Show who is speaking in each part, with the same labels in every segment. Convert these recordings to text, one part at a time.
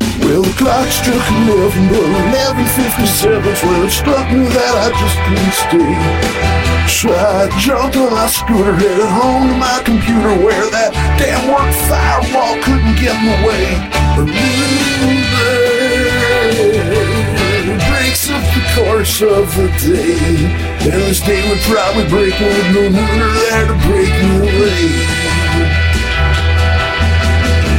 Speaker 1: Well, the clock struck 11, but 11.57's when it struck me that I just couldn't stay. So I jumped on my scooter, headed home to my computer where that damn work firewall couldn't get in the way. The moonlight breaks up the course of the day. And this day would probably break me with no lunar there to break me away.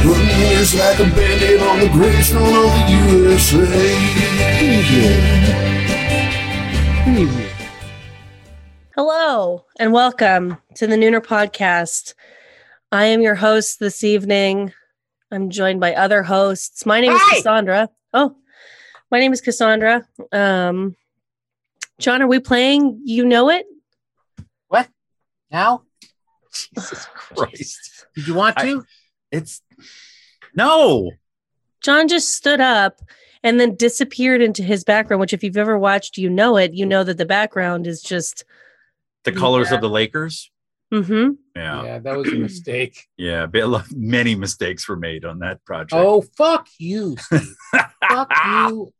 Speaker 1: Running years like a band-aid on the gravestone of the USA.
Speaker 2: Hello and welcome to the Nooner Podcast. I am your host this evening. I'm joined by other hosts. My name is
Speaker 3: Hi.
Speaker 2: Cassandra. Oh, my name is Cassandra. Um, John, are we playing You Know It?
Speaker 3: Now?
Speaker 4: Jesus Christ.
Speaker 3: Did you want to?
Speaker 4: It's no.
Speaker 2: John just stood up and then disappeared into his background, which, if you've ever watched You Know It, you know that the background is just,
Speaker 4: The colors of the Lakers.
Speaker 2: hmm.
Speaker 4: Yeah. Yeah.
Speaker 3: that was a mistake.
Speaker 4: but a lot- many mistakes were made on that project.
Speaker 3: oh, fuck you, Steve. fuck you.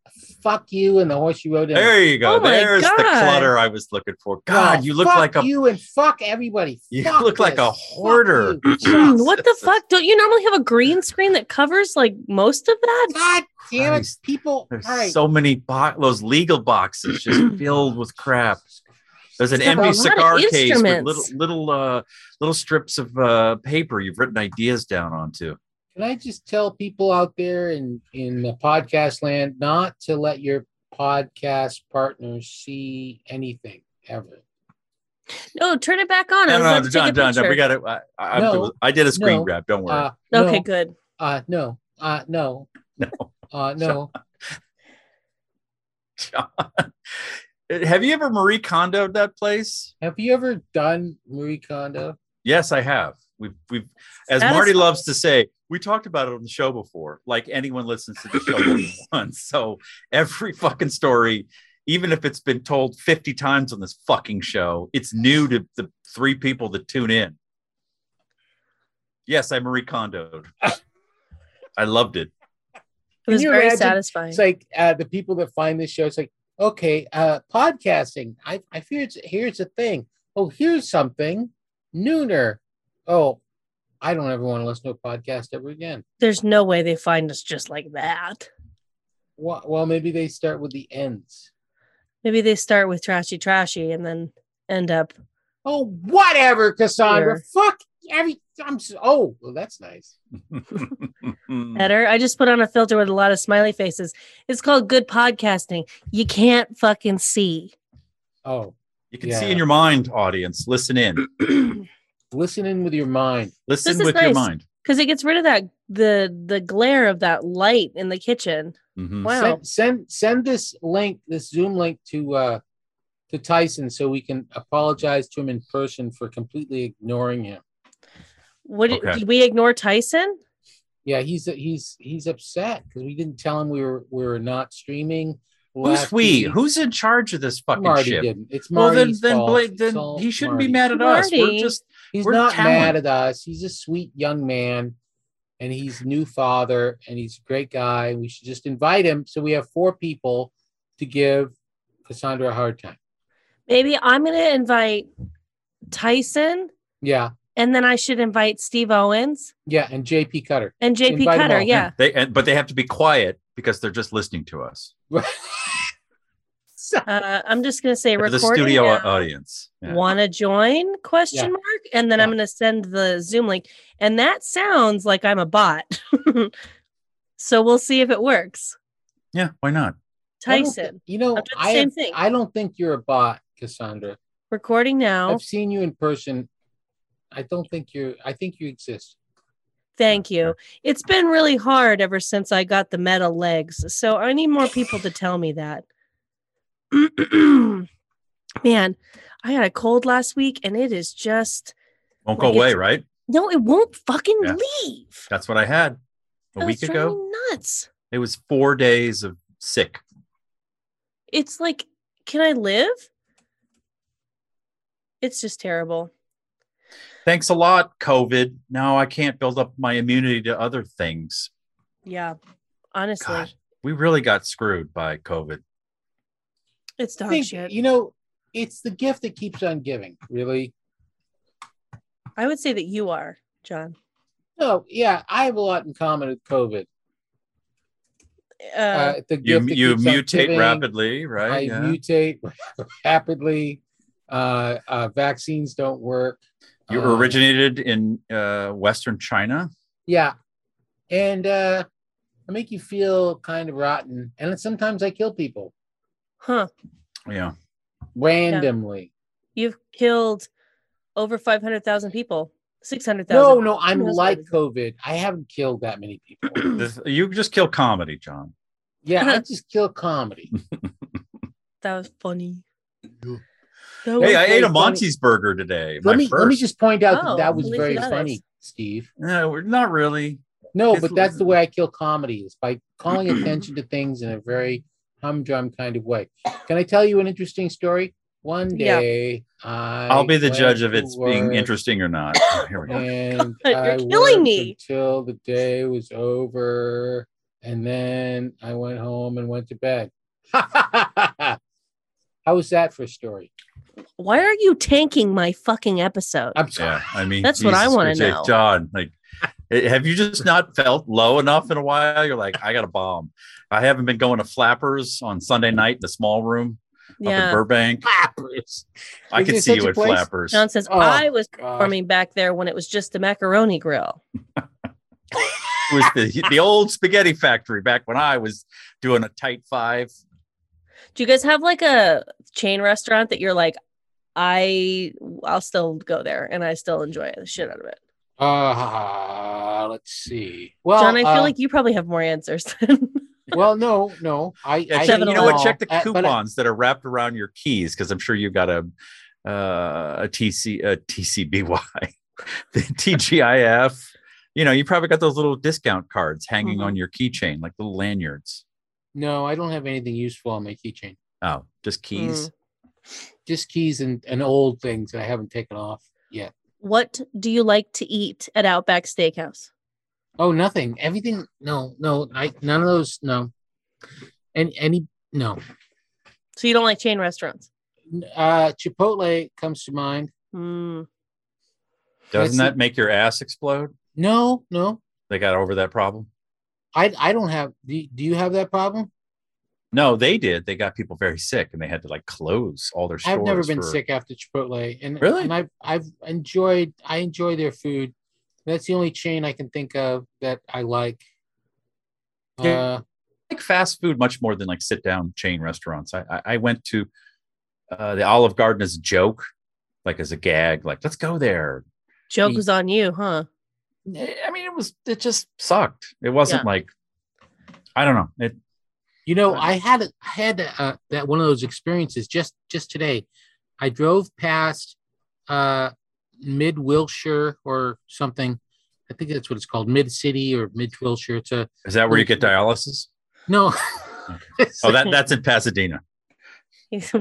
Speaker 3: Fuck you and the horse you rode in.
Speaker 4: There you go.
Speaker 2: Oh my
Speaker 4: There's the
Speaker 2: God.
Speaker 4: clutter I was looking for. God,
Speaker 3: Oh,
Speaker 4: you look
Speaker 3: fuck
Speaker 4: like a you,
Speaker 3: you and fuck everybody. Fuck
Speaker 4: look like
Speaker 3: this.
Speaker 4: a
Speaker 3: Fuck
Speaker 4: hoarder.
Speaker 3: you. Fuck.
Speaker 2: what the fuck? Don't you normally have a green screen that covers like most of that?
Speaker 3: God damn it,
Speaker 4: Christ.
Speaker 3: people.
Speaker 4: There's
Speaker 3: all right.
Speaker 4: so many box those legal boxes just filled with crap. There's an
Speaker 2: It's got a
Speaker 4: empty
Speaker 2: lot of
Speaker 4: cigar case with little
Speaker 2: instruments.
Speaker 4: little uh, little strips of uh, paper you've written ideas down onto.
Speaker 3: Can I just tell people out there in, in the podcast land not to let your podcast partners see anything ever?
Speaker 2: No, Oh, turn it back on. I
Speaker 4: No,
Speaker 2: was
Speaker 4: no,
Speaker 2: about
Speaker 4: no,
Speaker 2: to take
Speaker 4: John,
Speaker 2: a
Speaker 4: John, John, we
Speaker 2: picture.
Speaker 4: got it. I, I,
Speaker 3: No.
Speaker 4: I'm- I did a screen
Speaker 3: No.
Speaker 4: grab. Don't worry.
Speaker 3: Uh,
Speaker 2: Okay,
Speaker 3: no,
Speaker 2: good.
Speaker 3: Uh, no. Uh, no.
Speaker 4: No.
Speaker 3: Uh, no.
Speaker 4: John. Have you ever Marie Kondoed that place?
Speaker 3: Have you ever done Marie Kondo?
Speaker 4: Yes, I have. We've we've as
Speaker 2: That
Speaker 4: Marty
Speaker 2: is-
Speaker 4: loves to say, we talked about it on the show before. Like anyone listens to the show more than once. So every fucking story, even if it's been told 50 times on this fucking show, it's new to the three people that tune in. Yes, I Marie Kondoed. I loved it.
Speaker 2: It was
Speaker 3: you
Speaker 2: very
Speaker 3: imagine-
Speaker 2: satisfying.
Speaker 3: It's like uh, the people that find this show. It's like, okay, uh, podcasting. I, I fear it's here's a thing. Oh, here's something. Nooner. Oh, I don't ever want to listen to a podcast ever again.
Speaker 2: There's no way they find us just like that.
Speaker 3: Well, well maybe they start with the ends.
Speaker 2: Maybe they start with trashy, trashy, and then end up.
Speaker 3: Oh, whatever, Cassandra.
Speaker 2: Here.
Speaker 3: Fuck every. I'm so, oh, well, that's nice. Hmm.
Speaker 2: better. I just put on a filter with a lot of smiley faces. It's called good podcasting. You can't fucking see.
Speaker 3: Oh,
Speaker 4: You can
Speaker 3: Yeah.
Speaker 4: see in your mind, audience. Listen in.
Speaker 3: listen in with your mind.
Speaker 4: Listen
Speaker 2: This is
Speaker 4: with your
Speaker 2: nice.
Speaker 4: mind.
Speaker 2: Because it gets rid of that the the glare of that light in the kitchen.
Speaker 3: Hmm.
Speaker 4: Mhm.
Speaker 2: Wow.
Speaker 3: Send, send send this link, this Zoom link to uh to Tyson so we can apologize to him in person for completely ignoring him.
Speaker 2: What did-
Speaker 4: Okay.
Speaker 2: did we ignore Tyson?
Speaker 3: Yeah, he's he's he's upset because we didn't tell him we were we were not streaming.
Speaker 4: Who's
Speaker 3: last
Speaker 4: we?
Speaker 3: week.
Speaker 4: Who's in charge of this fucking
Speaker 3: Marty
Speaker 4: ship?
Speaker 3: didn't. It's
Speaker 4: Well, then,
Speaker 3: Marty's
Speaker 4: then,
Speaker 3: fault.
Speaker 4: Blake,
Speaker 3: It's
Speaker 4: then
Speaker 3: all
Speaker 4: he shouldn't
Speaker 3: Marty.
Speaker 4: be mad at us.
Speaker 2: Marty.
Speaker 4: We're just
Speaker 3: He's
Speaker 4: we're
Speaker 3: not mad at
Speaker 4: talent.
Speaker 3: us. He's a sweet young man, and he's new father, and he's a great guy. We should just invite him so we have four people to give Cassandra a hard time.
Speaker 2: Maybe I'm gonna invite Tyson
Speaker 3: Yeah,
Speaker 2: and then I should invite Steve Owens
Speaker 3: yeah, and JP Cutter.
Speaker 2: and JP
Speaker 3: Invite 'em
Speaker 2: Cutter.
Speaker 3: all.
Speaker 2: Yeah.
Speaker 4: they, and, but they have to be quiet because they're just listening to us.
Speaker 3: So-
Speaker 2: Uh, I'm just gonna say
Speaker 4: They're
Speaker 2: recording
Speaker 4: the studio
Speaker 3: uh,
Speaker 2: now.
Speaker 4: audience. Yeah.
Speaker 2: want to join question
Speaker 3: Yeah.
Speaker 2: mark and then i'm
Speaker 3: Yeah.
Speaker 2: going to send the zoom link and that sounds like i'm a bot so we'll see if it works
Speaker 4: Yeah, why not?
Speaker 3: I don't thi-
Speaker 2: tyson
Speaker 3: you know,
Speaker 2: I'll do the
Speaker 3: I,
Speaker 2: same
Speaker 3: have-
Speaker 2: thing.
Speaker 3: I don't think you're a bot, Cassandra.
Speaker 2: recording now
Speaker 3: I've seen you in person. I don't think you're. I think you exist.
Speaker 2: thank you it's been really hard ever since i got the metal legs so i need more people to tell me that man i had a cold last week and it is just
Speaker 4: Won't go
Speaker 2: Like
Speaker 4: away,
Speaker 2: it's-
Speaker 4: right?
Speaker 2: no it won't fucking
Speaker 4: Yeah.
Speaker 2: leave
Speaker 4: That's what I had a
Speaker 2: I
Speaker 4: week
Speaker 2: was
Speaker 4: ago.
Speaker 2: driving me nuts
Speaker 4: It was four days of sick.
Speaker 2: it's like can i live it's just terrible
Speaker 4: Thanks a lot, COVID. Now I can't build up my immunity to other things.
Speaker 2: yeah Honestly,
Speaker 4: God, we really got screwed by COVID.
Speaker 2: it's
Speaker 3: I
Speaker 2: dog
Speaker 3: think,
Speaker 2: shit.
Speaker 3: you know, it's the gift that keeps on giving, really.
Speaker 2: I would say that you are, John.
Speaker 3: No, yeah, I have a lot in common with COVID.
Speaker 2: Uh,
Speaker 3: Uh, the
Speaker 4: You
Speaker 3: gift that
Speaker 4: you
Speaker 3: keeps on
Speaker 4: mutate
Speaker 3: giving,
Speaker 4: rapidly, right?
Speaker 3: I
Speaker 4: yeah.
Speaker 3: mutate rapidly. Uh, uh, vaccines don't work.
Speaker 4: you
Speaker 3: Uh,
Speaker 4: originated in uh, Western China.
Speaker 3: Yeah. And uh, I make you feel kind of rotten. And then sometimes I kill people
Speaker 2: huh.
Speaker 4: Yeah,
Speaker 3: randomly.
Speaker 2: You've killed over 500,000 people, 600,000.
Speaker 3: No, no, I'm
Speaker 2: Who knows
Speaker 3: like
Speaker 2: what
Speaker 3: COVID. I haven't killed that many people.
Speaker 4: This- you just kill comedy, John.
Speaker 3: Yeah, I just kill comedy.
Speaker 2: That was funny.
Speaker 3: Yeah.
Speaker 2: That was
Speaker 4: Hey, I
Speaker 2: very
Speaker 4: ate a
Speaker 2: funny.
Speaker 4: Monty's burger today.
Speaker 3: let
Speaker 4: my
Speaker 3: me
Speaker 4: first.
Speaker 3: let me just point out that
Speaker 2: Oh,
Speaker 3: that was
Speaker 2: at least
Speaker 3: very
Speaker 2: you got
Speaker 3: funny,
Speaker 2: it.
Speaker 3: Steve.
Speaker 4: No, we're not really.
Speaker 3: No,
Speaker 4: It's-
Speaker 3: but that's the way I kill comedy is by calling attention to things in a very humdrum kind of way. Can I tell you an interesting story? One
Speaker 2: Yeah.
Speaker 3: day I
Speaker 4: I'll be the
Speaker 3: went
Speaker 4: judge of
Speaker 3: to
Speaker 4: it's being
Speaker 3: work
Speaker 4: interesting or not. Here we go.
Speaker 3: and
Speaker 2: Oh, God, you're
Speaker 3: I
Speaker 2: killing
Speaker 3: worked
Speaker 2: me.
Speaker 3: until the day was over, and then I went home and went to bed. How was that for a story?
Speaker 2: Why are you tanking my fucking episode?
Speaker 3: I'm sorry.
Speaker 4: Yeah, I mean,
Speaker 2: That's what I
Speaker 4: Jesus
Speaker 2: wanna
Speaker 4: Christ,
Speaker 2: know.
Speaker 4: John. Like, eh, have you just not felt low enough in a while? You're like, I got a bomb. I haven't been going to Flappers on Sunday night, the small room up in
Speaker 2: yeah.
Speaker 4: Burbank.
Speaker 2: Ah,
Speaker 3: Clappers.
Speaker 4: I
Speaker 3: Is
Speaker 4: could
Speaker 3: there
Speaker 4: see
Speaker 3: such
Speaker 4: you
Speaker 3: a
Speaker 4: at
Speaker 3: place?
Speaker 4: Flappers.
Speaker 2: John says,
Speaker 3: Oh,
Speaker 2: I was
Speaker 3: God.
Speaker 2: performing back there when it was just the macaroni grill.
Speaker 4: It was the, the old spaghetti factory back when I was doing a tight five.
Speaker 2: Do you guys have like a chain restaurant that you're like, I I'll still go there and I still enjoy the shit out of it.
Speaker 3: Uh, let's see. Well,
Speaker 2: John, I feel
Speaker 3: uh,
Speaker 2: like you probably have more answers. than-
Speaker 3: Well, no, no. I,
Speaker 4: Yeah,
Speaker 3: I
Speaker 4: check- you know what?
Speaker 3: no.
Speaker 4: Check the
Speaker 3: Uh, but I-
Speaker 4: coupons that are wrapped around your keys because I'm sure you've got a uh, a TC a TCBY, the TGIF. You know, you probably got those little discount cards hanging
Speaker 2: Mhm.
Speaker 3: Mm-hmm.
Speaker 4: on your keychain, like little lanyards.
Speaker 3: no, I don't have anything useful on my keychain.
Speaker 4: Oh, just
Speaker 3: Mm.
Speaker 4: keys.
Speaker 3: Just keys and, and old things that I haven't taken off yet.
Speaker 2: what do you like to eat at Outback Steakhouse?
Speaker 3: Oh, nothing. Everything. No, no. I none of those. No. And any no.
Speaker 2: So you don't like chain restaurants?
Speaker 3: Uh, Chipotle comes to mind.
Speaker 2: Mm.
Speaker 3: That's-
Speaker 4: Doesn't that make your ass explode?
Speaker 3: No, no.
Speaker 4: They got over that problem.
Speaker 3: I I don't have. Do, do you have that problem?
Speaker 4: No, they did. They got people very sick, and they had to like close all their stores.
Speaker 3: I've never been
Speaker 4: for-
Speaker 3: sick after Chipotle, and
Speaker 4: Really?
Speaker 3: and I've I've enjoyed I enjoy their food. That's the only chain I can think of that I like.
Speaker 4: Yeah.
Speaker 3: Uh,
Speaker 4: like fast food much more than like sit down chain restaurants. I I, I went to uh, the Olive Garden as a joke, like as a gag, like let's go there. Eh,
Speaker 2: Joke
Speaker 3: Eat.
Speaker 2: was on you, huh?
Speaker 4: I mean, it was it just sucked. It wasn't like I don't know. It
Speaker 3: you know,
Speaker 4: Right.
Speaker 3: I had a- I had uh, that one of those experiences just just today. I drove past uh, Mid Wilshire or something. I think that's what it's called, Mid City or Mid Wilshire. It's a
Speaker 4: is that where you get dialysis?
Speaker 3: no.
Speaker 4: Oh, that that's in Pasadena.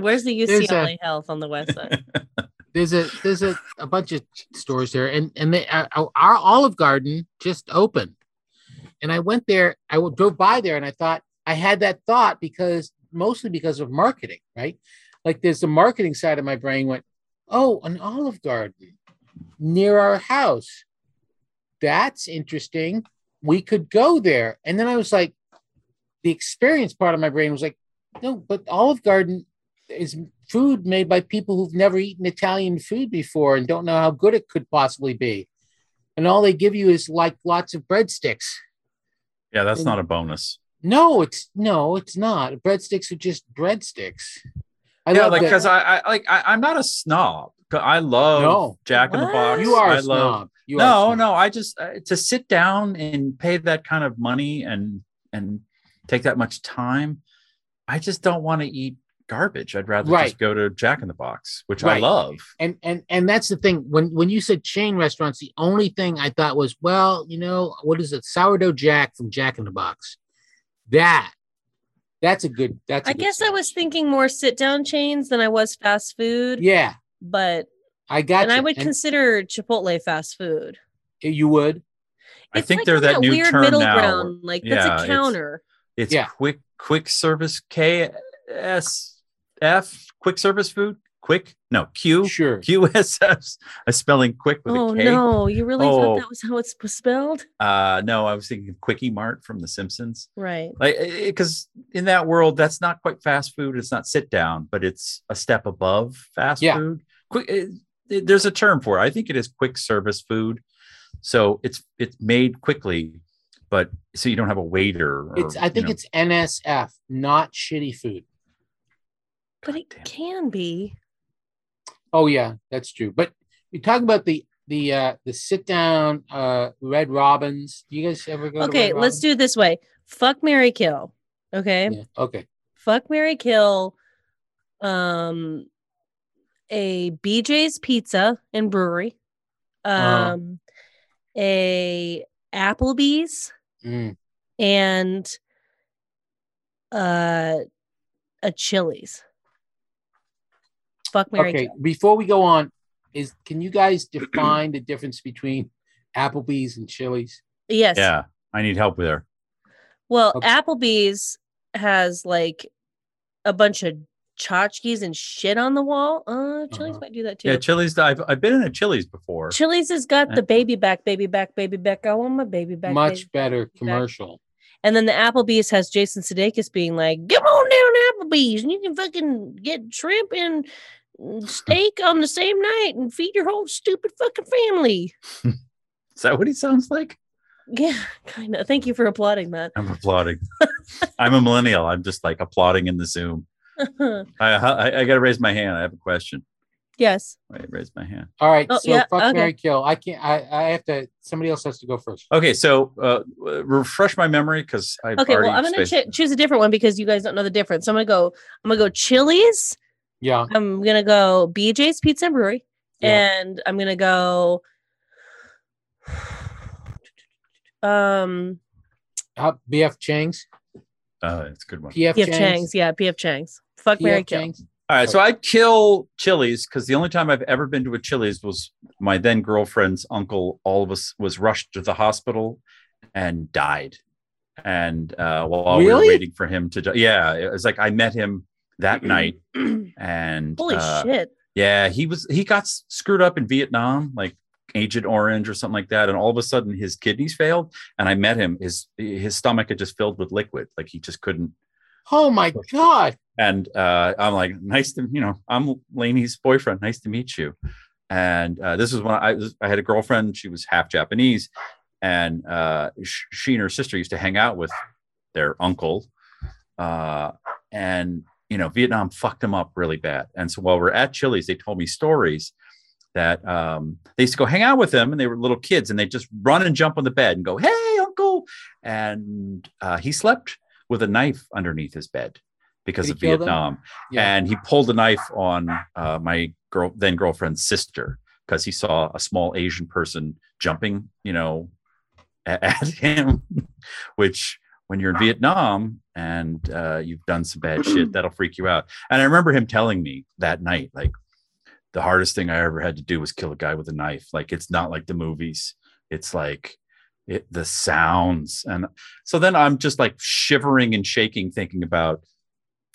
Speaker 2: Where's the
Speaker 3: a-
Speaker 2: UCLA Health on the west side?
Speaker 3: there's a there's a, a bunch of stores there and and they uh, our olive garden just opened and i went there i w- drove by there and i thought i had that thought because mostly because of marketing right like there's the marketing side of my brain went oh an olive garden near our house that's interesting we could go there and then i was like the experience part of my brain was like no but olive garden is food made by people who've never eaten Italian food before and don't know how good it could possibly be. And all they give you is like lots of breadsticks.
Speaker 4: Yeah, that's not a bonus.
Speaker 3: No, it's no, it's not. Breadsticks are just breadsticks. I
Speaker 4: yeah,
Speaker 3: love
Speaker 4: like
Speaker 3: that.
Speaker 4: because I, I like I, I'm not a snob. 'Cause I love
Speaker 3: No.
Speaker 4: Jack in the
Speaker 2: What?
Speaker 4: Box.
Speaker 3: you are
Speaker 4: I
Speaker 3: a snob. You are a
Speaker 4: no
Speaker 3: snob.
Speaker 4: no i just uh, to sit down and pay that kind of money and and take that much time i just don't want to eat garbage i'd rather
Speaker 3: Right.
Speaker 4: just go to jack in the box which i
Speaker 3: Right.
Speaker 4: love
Speaker 3: And and and that's the thing. When when you said chain restaurants, the only thing I thought was, well, you know, what is it? Sourdough Jack from Jack in the Box. That that's a good. That's. I
Speaker 2: I guess I was thinking more sit down chains than I was fast food.
Speaker 3: Yeah,
Speaker 2: But
Speaker 3: I got.
Speaker 2: and I would consider Chipotle fast food.
Speaker 3: you would.
Speaker 4: i
Speaker 2: It's
Speaker 4: think
Speaker 2: like
Speaker 4: they're
Speaker 2: on
Speaker 4: that new term now where-
Speaker 2: Like
Speaker 4: Yeah,
Speaker 2: that's
Speaker 4: it's-
Speaker 2: a counter.
Speaker 4: It's
Speaker 3: Yeah.
Speaker 4: quick quick service KSF quick service food quick no Q
Speaker 3: Sure.
Speaker 4: QSS. I'm spelling quick with
Speaker 2: Oh
Speaker 4: a K.
Speaker 2: no, you really
Speaker 4: Oh.
Speaker 2: thought that was how it's spelled?
Speaker 4: Uh, no, I was thinking of Quickie Mart from The Simpsons.
Speaker 2: Right.
Speaker 4: Like because in that world, that's not quite fast food. It's not sit down, but it's a step above fast
Speaker 3: Yeah.
Speaker 4: food. Quick, it, it- there's a term for it. I think it is quick service food. So it's it's made quickly, but so you don't have a waiter. Or,
Speaker 3: It's I
Speaker 4: you
Speaker 3: think
Speaker 4: know,
Speaker 3: it's NSF, not shitty food.
Speaker 2: But it
Speaker 4: goddamn.
Speaker 2: can be.
Speaker 3: Oh yeah, that's true. But you talk about the the uh the sit down uh Red Robins. Do you guys ever go?
Speaker 2: Okay, let's do it this way. Fuck Mary Kill. Okay.
Speaker 3: Yeah, okay.
Speaker 2: Fuck Mary Kill. Um a BJ's pizza and brewery.
Speaker 3: Uh-huh.
Speaker 2: Um a Applebee's
Speaker 3: Mm.
Speaker 2: and uh a Chili's. Fuck Mary
Speaker 3: Okay.
Speaker 2: Kill.
Speaker 3: Before we go on, is can you guys define the difference between Applebee's and Chili's?
Speaker 2: Yes.
Speaker 4: yeah. I need help there.
Speaker 2: Well,
Speaker 3: Okay.
Speaker 2: Applebee's has like a bunch of tchotchkes and shit on the wall. Uh, Chili's
Speaker 3: Uh-huh.
Speaker 2: might do that too.
Speaker 4: Yeah, Chili's. I've I've been in a Chili's before.
Speaker 2: Chili's has got
Speaker 4: Uh,
Speaker 2: the baby back, baby back, baby back. I want my baby back.
Speaker 3: Much
Speaker 2: baby-
Speaker 3: better commercial.
Speaker 2: And then the Applebee's has Jason Sudeikis being like, "Come on down to Applebee's, and you can fucking get shrimp and steak on the same night, and feed your whole stupid fucking family."
Speaker 4: Is that what he sounds like?
Speaker 2: Yeah, kind of. Thank you for applauding that.
Speaker 4: I'm applauding. I'm a millennial. I'm just like applauding in the Zoom. I I, I got to raise my hand. I have a question.
Speaker 2: yes.
Speaker 4: I raise my hand.
Speaker 3: All right,
Speaker 2: Oh,
Speaker 3: so
Speaker 2: yeah,
Speaker 3: fuck
Speaker 2: okay.
Speaker 3: Mary Kill. I can't I, I have to somebody else has to go first.
Speaker 4: Okay, so uh, refresh my memory because I've
Speaker 2: Okay.
Speaker 4: already
Speaker 2: Well, I'm gonna
Speaker 4: spaced-
Speaker 2: ch- choose a different one because you guys don't know the difference. So I'm gonna go. I'm gonna go Chili's.
Speaker 3: Yeah.
Speaker 2: I'm gonna go BJ's Pizza and Brewery,
Speaker 3: Yeah.
Speaker 2: and I'm gonna go. Um,
Speaker 3: Uh, BF Chang's.
Speaker 4: Uh, it's a good one.
Speaker 3: PF,
Speaker 2: PF
Speaker 3: Chang's.
Speaker 2: Chang's, yeah, PF Chang's. Fuck Mary
Speaker 3: PF
Speaker 2: Kill.
Speaker 3: Chang's.
Speaker 4: All right, so I kill Chili's because the only time I've ever been to a Chili's was my then girlfriend's uncle. All of us was rushed to the hospital and died, and uh, while we
Speaker 3: Really?
Speaker 4: were waiting for him to, die, yeah, it was like I met him that night, and
Speaker 2: Holy
Speaker 4: uh,
Speaker 2: shit!
Speaker 4: Yeah, he was he got s- screwed up in Vietnam, like Agent Orange or something like that, and all of a sudden his kidneys failed. And I met him; his his stomach had just filled with liquid, like he just couldn't.
Speaker 3: Oh my god.
Speaker 4: And uh, I'm like, nice to you know, I'm Laney's boyfriend. Nice to meet you. And uh, this was when I was, I had a girlfriend; she was half Japanese, and uh, sh- she and her sister used to hang out with their uncle. Uh, and you know, Vietnam fucked them up really bad. And so while we're at Chili's, they told me stories that um, they used to go hang out with them, and they were little kids, and they just run and jump on the bed and go, "Hey, uncle!" And uh, he slept with a knife underneath his bed because
Speaker 3: Did he
Speaker 4: of
Speaker 3: kill them?
Speaker 4: Vietnam,
Speaker 3: Yeah.
Speaker 4: and he pulled a knife on uh, my girl then girlfriend's sister because he saw a small Asian person jumping, you know, a- at him, which when you're in Vietnam and uh, you've done some bad shit, that'll freak you out. And I remember him telling me that night, like, the hardest thing I ever had to do was kill a guy with a knife. Like, it's not like the movies, it's like it, the sounds. And so then I'm just like shivering and shaking, thinking about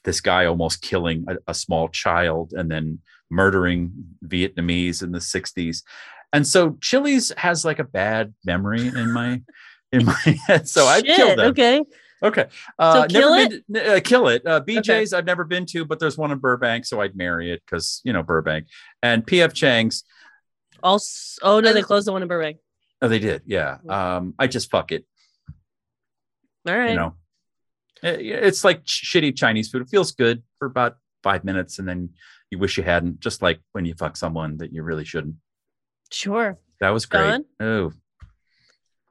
Speaker 4: this guy almost killing a, a small child and then murdering Vietnamese in the 60s. And so Chili's has like a bad memory in my in my head. So I've
Speaker 2: Shit,
Speaker 4: killed them.
Speaker 2: Okay,
Speaker 4: Okay. Uh,
Speaker 2: So kill
Speaker 4: never been to- n- uh, kill it. Uh, BJ's I've never been to, but there's one in Burbank, so I'd marry it because you know Burbank and PF Chang's.
Speaker 2: also, oh no, they closed the one in Burbank.
Speaker 4: Oh, they did. Yeah. Um, I just fuck it.
Speaker 2: All right,
Speaker 4: You know, It- it's like ch- shitty Chinese food. It feels good for about five minutes, and then you wish you hadn't. Just like when you fuck someone that you really shouldn't.
Speaker 2: sure.
Speaker 4: That was great.
Speaker 2: Done.
Speaker 4: Oh,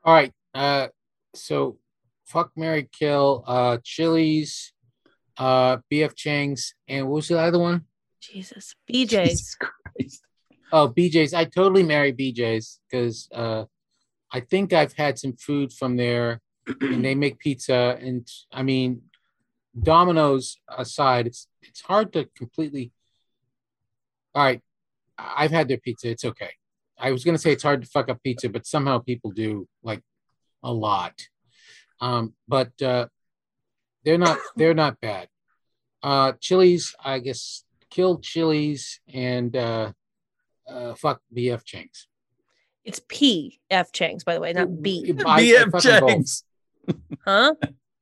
Speaker 3: All right. Uh, so fuck Mary Kill, uh, Chili's, uh, BF Chang's, and what was the other one?
Speaker 2: Jesus, BJ's.
Speaker 4: Christ.
Speaker 3: Oh, BJ's. I totally marry BJ's because uh, I think I've had some food from there, and they make pizza. And I mean, Domino's aside, it's it's hard to completely. All right, I- I've had their pizza. It's okay. I was gonna say it's hard to fuck up pizza, but somehow people do like a lot. Um, but uh, they're not they're not bad. Uh Chili's, I guess killed Chili's and uh uh fuck BF Chang's.
Speaker 2: It's P F Chang's, by the way, not B.
Speaker 3: I- I'd
Speaker 4: BF
Speaker 3: fuck 'em both.
Speaker 4: Chang's,
Speaker 2: Huh?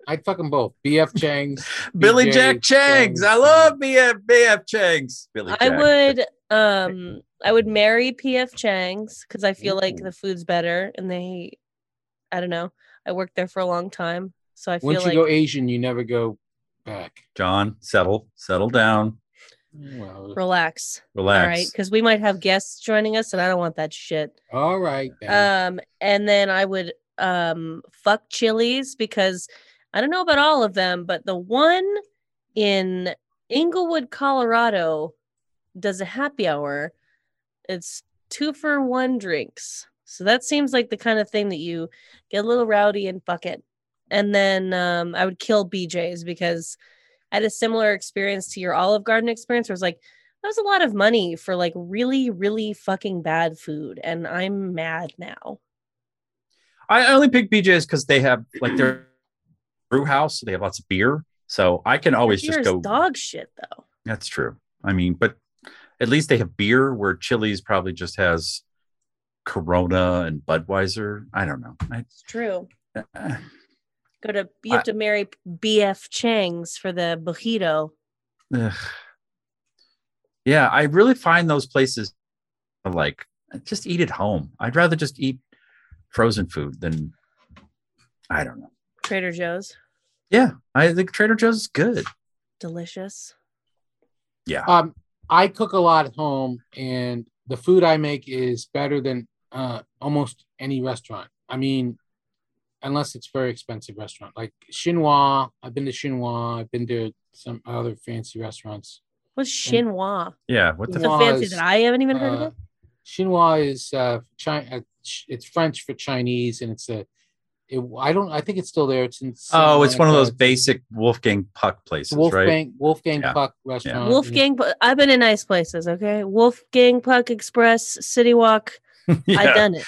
Speaker 3: I'd fuck them both. BF Chang's.
Speaker 4: Billy
Speaker 3: BJ
Speaker 4: Jack Chang's. I
Speaker 3: Chang's.
Speaker 4: love BF BF Chang's. Billy
Speaker 2: I
Speaker 4: Jack.
Speaker 2: would um I would marry PF Chang's because I feel like
Speaker 4: Ooh.
Speaker 2: the food's better and they I don't know. I worked there for a long time. So I feel
Speaker 3: Once you
Speaker 2: like
Speaker 3: go Asian, you never go back.
Speaker 4: John, settle, settle down,
Speaker 3: Well,
Speaker 2: relax.
Speaker 4: relax.
Speaker 2: All right. Because we might have guests joining us and I don't want that shit.
Speaker 3: all right. then.
Speaker 2: Um, and then I would um fuck Chili's because I don't know about all of them, but the one in Inglewood, Colorado, does a happy hour. It's two for one drinks, so that seems like the kind of thing that you get a little rowdy and fuck it. And then um, I would kill BJ's because I had a similar experience to your Olive Garden experience, where it's like that was a lot of money for like really, really fucking bad food, and I'm mad now.
Speaker 4: I I only pick BJ's because they have like their brew house. So they have lots of beer, so I can always
Speaker 2: Beer
Speaker 4: just
Speaker 2: is
Speaker 4: go.
Speaker 2: dog shit though.
Speaker 4: That's true. I mean, but at least they have beer where Chili's probably just has Corona and Budweiser. I uh, don't know.
Speaker 2: It's true.
Speaker 4: I,
Speaker 2: Go to you have
Speaker 4: I-
Speaker 2: to marry BF Chang's for the mojito.
Speaker 4: ugh. Yeah, I really find those places are like just eat at home. I'd rather just eat frozen food than I don't know.
Speaker 2: Trader Joe's,
Speaker 4: Yeah, I think Trader Joe's is good.
Speaker 2: delicious.
Speaker 3: Um, I cook a lot at home, and the food I make is better than uh, almost any restaurant. I mean, unless it's very expensive restaurant like Chinois. I've been to Chinois. I've been to some other fancy restaurants.
Speaker 2: What's
Speaker 4: Mm.
Speaker 2: chinois?
Speaker 4: Yeah, what the
Speaker 2: So fancy
Speaker 3: Was,
Speaker 2: that I haven't even heard of
Speaker 3: Uh,
Speaker 2: it.
Speaker 3: Chinois is uh, China. It's French for Chinese, and it's a. It, I don't. I think it's still there. It's in.
Speaker 4: Oh, it's one of those
Speaker 3: Santa Monica.
Speaker 4: basic Wolfgang Puck places, right?
Speaker 3: Wolfgang Wolfgang
Speaker 4: Yeah.
Speaker 3: Puck restaurant. and it's-
Speaker 2: Wolfgang, Pu- I've been in nice places. Okay, Wolfgang Puck Express, City Walk. I've done it.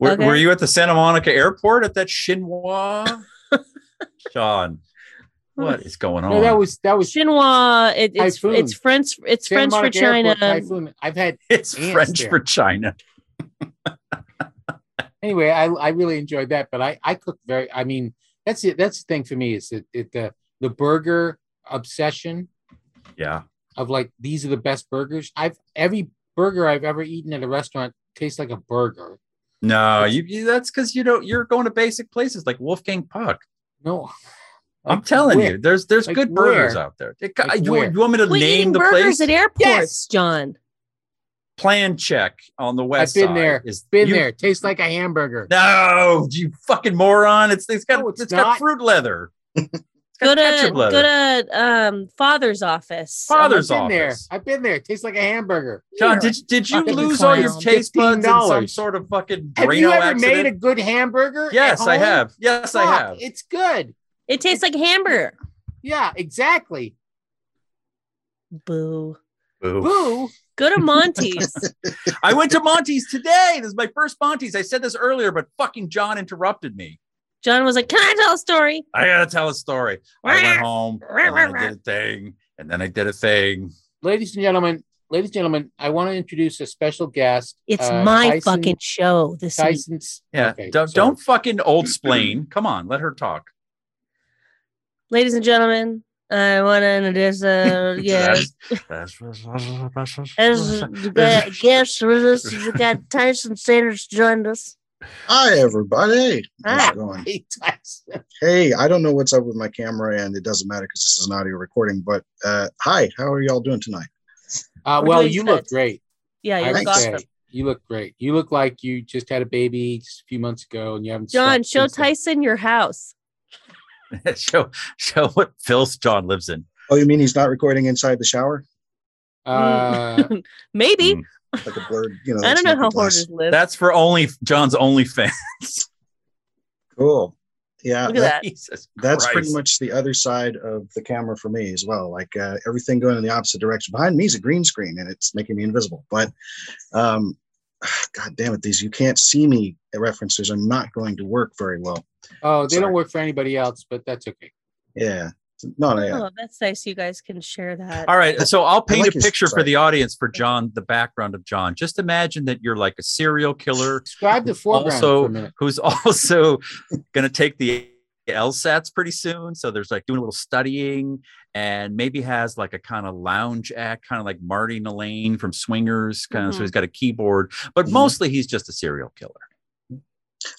Speaker 4: Were,
Speaker 2: Okay.
Speaker 4: were you at the Santa Monica airport at that Shinwa? Sean, what is going on?
Speaker 3: No, that was that was
Speaker 2: Chinois. It, it's
Speaker 3: Typhoon.
Speaker 2: it's French. It's
Speaker 3: Santa
Speaker 2: French for
Speaker 3: Monica Airport
Speaker 2: China.
Speaker 3: Typhoon. I've had
Speaker 4: it's
Speaker 3: Ants
Speaker 4: French
Speaker 3: there.
Speaker 4: for China.
Speaker 3: anyway. I, I really enjoyed that, but I I cook very. I mean, that's it. That's the thing for me is that it the the burger obsession
Speaker 4: Yeah.
Speaker 3: of like these are the best burgers. I've every burger I've ever eaten at a restaurant tastes like a burger.
Speaker 4: No, you, you that's because you don't you're going to basic places like Wolfgang Puck.
Speaker 3: No,
Speaker 4: I'm
Speaker 3: Like,
Speaker 4: telling
Speaker 3: where?
Speaker 4: you, there's there's
Speaker 3: Like
Speaker 4: good
Speaker 3: where?
Speaker 4: burgers out there. It-
Speaker 3: Like
Speaker 4: you,
Speaker 3: where?
Speaker 4: you want me to
Speaker 2: We're eating
Speaker 4: name the
Speaker 2: burgers
Speaker 4: place?
Speaker 2: at airports,
Speaker 3: Yes!
Speaker 2: John.
Speaker 4: Plan check on the west.
Speaker 3: been
Speaker 4: side
Speaker 3: there.
Speaker 4: Is,
Speaker 3: been
Speaker 4: you-
Speaker 3: there. Tastes like a hamburger.
Speaker 4: No, you fucking moron. It's it's got
Speaker 3: No, it's
Speaker 4: it's got
Speaker 3: not.
Speaker 4: fruit leather. It's
Speaker 2: Go
Speaker 4: got
Speaker 2: to
Speaker 4: ketchup
Speaker 2: go
Speaker 4: leather.
Speaker 2: to um father's office.
Speaker 4: Father-
Speaker 3: I've
Speaker 4: Father's
Speaker 3: been there.
Speaker 4: office.
Speaker 3: I've been there. Tastes like a hamburger.
Speaker 4: John, did, did you
Speaker 2: fucking
Speaker 4: lose all your
Speaker 2: clown.
Speaker 4: taste buds in some
Speaker 3: $15.
Speaker 4: sort of fucking Drano
Speaker 3: Have you ever
Speaker 4: accident?
Speaker 3: made a good hamburger? at
Speaker 4: yes, I
Speaker 3: home?
Speaker 4: have. Yes, I
Speaker 3: Fuck,
Speaker 4: have.
Speaker 3: It's good.
Speaker 2: It tastes like hamburger.
Speaker 3: Yeah, exactly.
Speaker 2: Boo.
Speaker 3: Boo.
Speaker 2: Go to Monty's.
Speaker 4: I went to Monty's today. This is my first Monty's. I said this earlier, but fucking John interrupted me.
Speaker 2: John was like, "Can I tell a story?"
Speaker 4: I gotta tell a story. I went home and then I did a thing, and then I did a thing.
Speaker 3: ladies and gentlemen, ladies and gentlemen, I want to introduce a special guest.
Speaker 2: It's
Speaker 3: uh,
Speaker 2: my
Speaker 3: Tyson-
Speaker 2: fucking show this week.
Speaker 3: Tyson's.
Speaker 4: Yeah,
Speaker 3: Okay,
Speaker 4: don't,
Speaker 3: so-
Speaker 4: don't fucking old splain. Come on, let her talk.
Speaker 2: Ladies and gentlemen, I want to introduce uh, yes, as uh, guest we got Tyson Sanders joined us.
Speaker 5: Hi, everybody. How's
Speaker 2: Hi.
Speaker 5: it going?
Speaker 3: Hey, Tyson.
Speaker 5: Hey, I don't know what's up with my camera, and it doesn't matter because this is an audio recording. But uh, hi, how are y'all doing tonight?
Speaker 3: Uh,
Speaker 2: We're
Speaker 3: well,
Speaker 2: doing
Speaker 3: you
Speaker 2: sets.
Speaker 3: look great.
Speaker 2: Yeah, you
Speaker 3: I
Speaker 2: look
Speaker 5: Thanks.
Speaker 2: awesome.
Speaker 3: say. You look great. You look like you just had a baby just a few months ago, and you haven't.
Speaker 2: John,
Speaker 3: slept
Speaker 2: show
Speaker 3: since then.
Speaker 2: Tyson your house.
Speaker 4: show show what Phil's John lives in.
Speaker 5: Oh, you mean he's not recording inside the shower?
Speaker 3: Uh,
Speaker 2: Maybe
Speaker 4: Mm.
Speaker 5: Like a blurred, you know.
Speaker 2: I
Speaker 5: that's
Speaker 2: don't know
Speaker 5: looking
Speaker 2: how
Speaker 5: glass.
Speaker 2: hoarders live.
Speaker 4: That's for only John's only fan.
Speaker 5: Cool. Yeah,
Speaker 2: Look at that.
Speaker 5: that-
Speaker 4: Jesus
Speaker 5: that's
Speaker 4: Christ.
Speaker 5: pretty much the other side of the camera for me as well. Like uh, everything going in the opposite direction. Behind me is a green screen, and it's making me invisible. But um, God damn it, these you can't see me references are not going to work very well.
Speaker 3: oh, they
Speaker 5: Sorry.
Speaker 3: don't work for anybody else, but that's okay.
Speaker 5: Yeah. No, no, yeah.
Speaker 2: Oh, that's nice. You guys can share that.
Speaker 4: All right. So I'll paint
Speaker 5: like
Speaker 4: a
Speaker 5: his-
Speaker 4: picture for
Speaker 5: sorry.
Speaker 4: the audience for John, the background of John. Just imagine that you're like a serial killer
Speaker 3: Describe the foreground for
Speaker 4: Also-
Speaker 3: a minute.
Speaker 4: who's also going to take the LSATs pretty soon. So there's like doing a little studying and maybe has like a kind of lounge act, kind of like Marty Nalane from Swingers. Kind of,
Speaker 2: Mhm.
Speaker 4: so he's got a keyboard, but
Speaker 5: Mhm.
Speaker 4: mostly he's just a serial killer.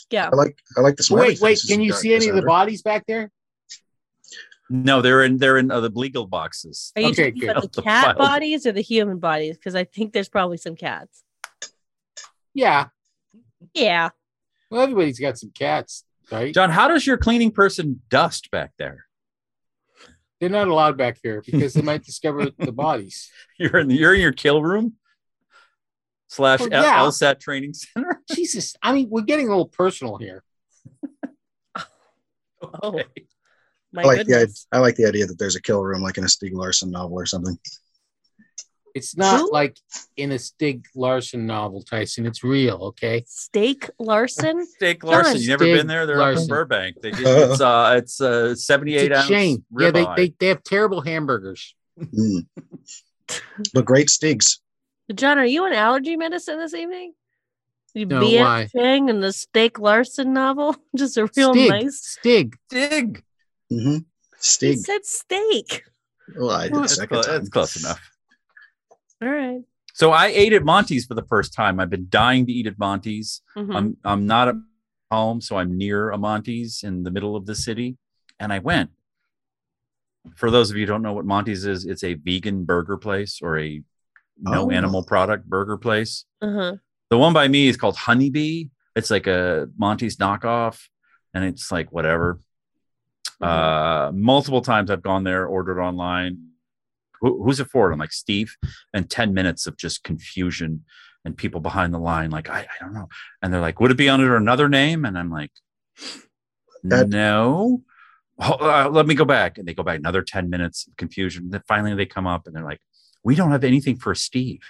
Speaker 2: Yeah.
Speaker 5: I like I like the smiley
Speaker 3: Wait, wait.
Speaker 5: faces
Speaker 3: Can
Speaker 5: you
Speaker 3: you
Speaker 5: got,
Speaker 3: see any of the
Speaker 5: Cassandra.
Speaker 3: bodies back there?
Speaker 4: No, they're in they're in uh, the legal boxes.
Speaker 2: Are you
Speaker 3: Okay,
Speaker 2: talking
Speaker 3: good.
Speaker 2: about the
Speaker 4: The
Speaker 2: cat
Speaker 4: wild-
Speaker 2: bodies or the human bodies? Because I think there's probably some cats.
Speaker 3: Yeah.
Speaker 2: Yeah.
Speaker 3: Well, everybody's got some cats, right?
Speaker 4: John, how does your cleaning person dust back there?
Speaker 3: They're not allowed back here because they might discover the bodies.
Speaker 4: You're in you're in your kill room slash
Speaker 3: Well, yeah.
Speaker 4: L- LSAT training center.
Speaker 3: Jesus. I mean, we're getting a little personal here.
Speaker 2: Oh.
Speaker 4: Okay.
Speaker 2: My
Speaker 5: I like the
Speaker 2: goodness.
Speaker 5: I like the idea that there's a kill room like in a Stieg Larsson novel or something.
Speaker 3: It's not
Speaker 2: Who?
Speaker 3: like in a Stig Larson novel, Tyson. It's real, okay?
Speaker 2: Steak Larson?
Speaker 4: Steak Larson. You never
Speaker 3: Steak
Speaker 4: been there? They're up
Speaker 3: Larson.
Speaker 4: in Burbank. They just, it's uh it's uh seventy
Speaker 3: It's
Speaker 4: eight
Speaker 3: a
Speaker 4: ounce
Speaker 3: shame. Yeah, they,
Speaker 4: ribeye.
Speaker 3: they, they have terrible hamburgers.
Speaker 5: Mm. but great Stigs.
Speaker 2: John, are you on allergy medicine this evening? You
Speaker 3: No,
Speaker 2: BF
Speaker 3: why?
Speaker 2: Chang and the Steak Larson novel? Just a real
Speaker 3: Stig.
Speaker 2: nice.
Speaker 3: Stig.
Speaker 4: dig.
Speaker 5: hmm
Speaker 2: He
Speaker 5: Stig.
Speaker 2: said steak.
Speaker 5: Well, Oh, I did the
Speaker 4: That's
Speaker 5: second
Speaker 4: close,
Speaker 5: time.
Speaker 4: that's close enough.
Speaker 2: All right.
Speaker 4: So I ate at Monty's for the first time. I've been dying to eat at Monty's.
Speaker 3: Um, Hmm.
Speaker 2: Mhm.
Speaker 4: I'm I'm not at home, so I'm near a Monty's in the middle of the city, and I went. For those of you who don't know what Monty's is, it's a vegan burger place or a no
Speaker 5: Oh.
Speaker 4: animal product burger place.
Speaker 2: Uh-huh.
Speaker 4: The one by me is called Honeybee. It's like a Monty's knockoff, and it's like whatever. Uh, multiple times I've gone there, ordered online. Who, who's it for? And I'm like Steve, and ten minutes of just confusion and people behind the line like I, I don't know, and they're like, would it be under another name? And I'm like,
Speaker 5: That-
Speaker 4: no. Oh, uh, let me go back, and they go back another ten minutes of confusion. Then finally they come up and they're like, we don't have anything for Steve.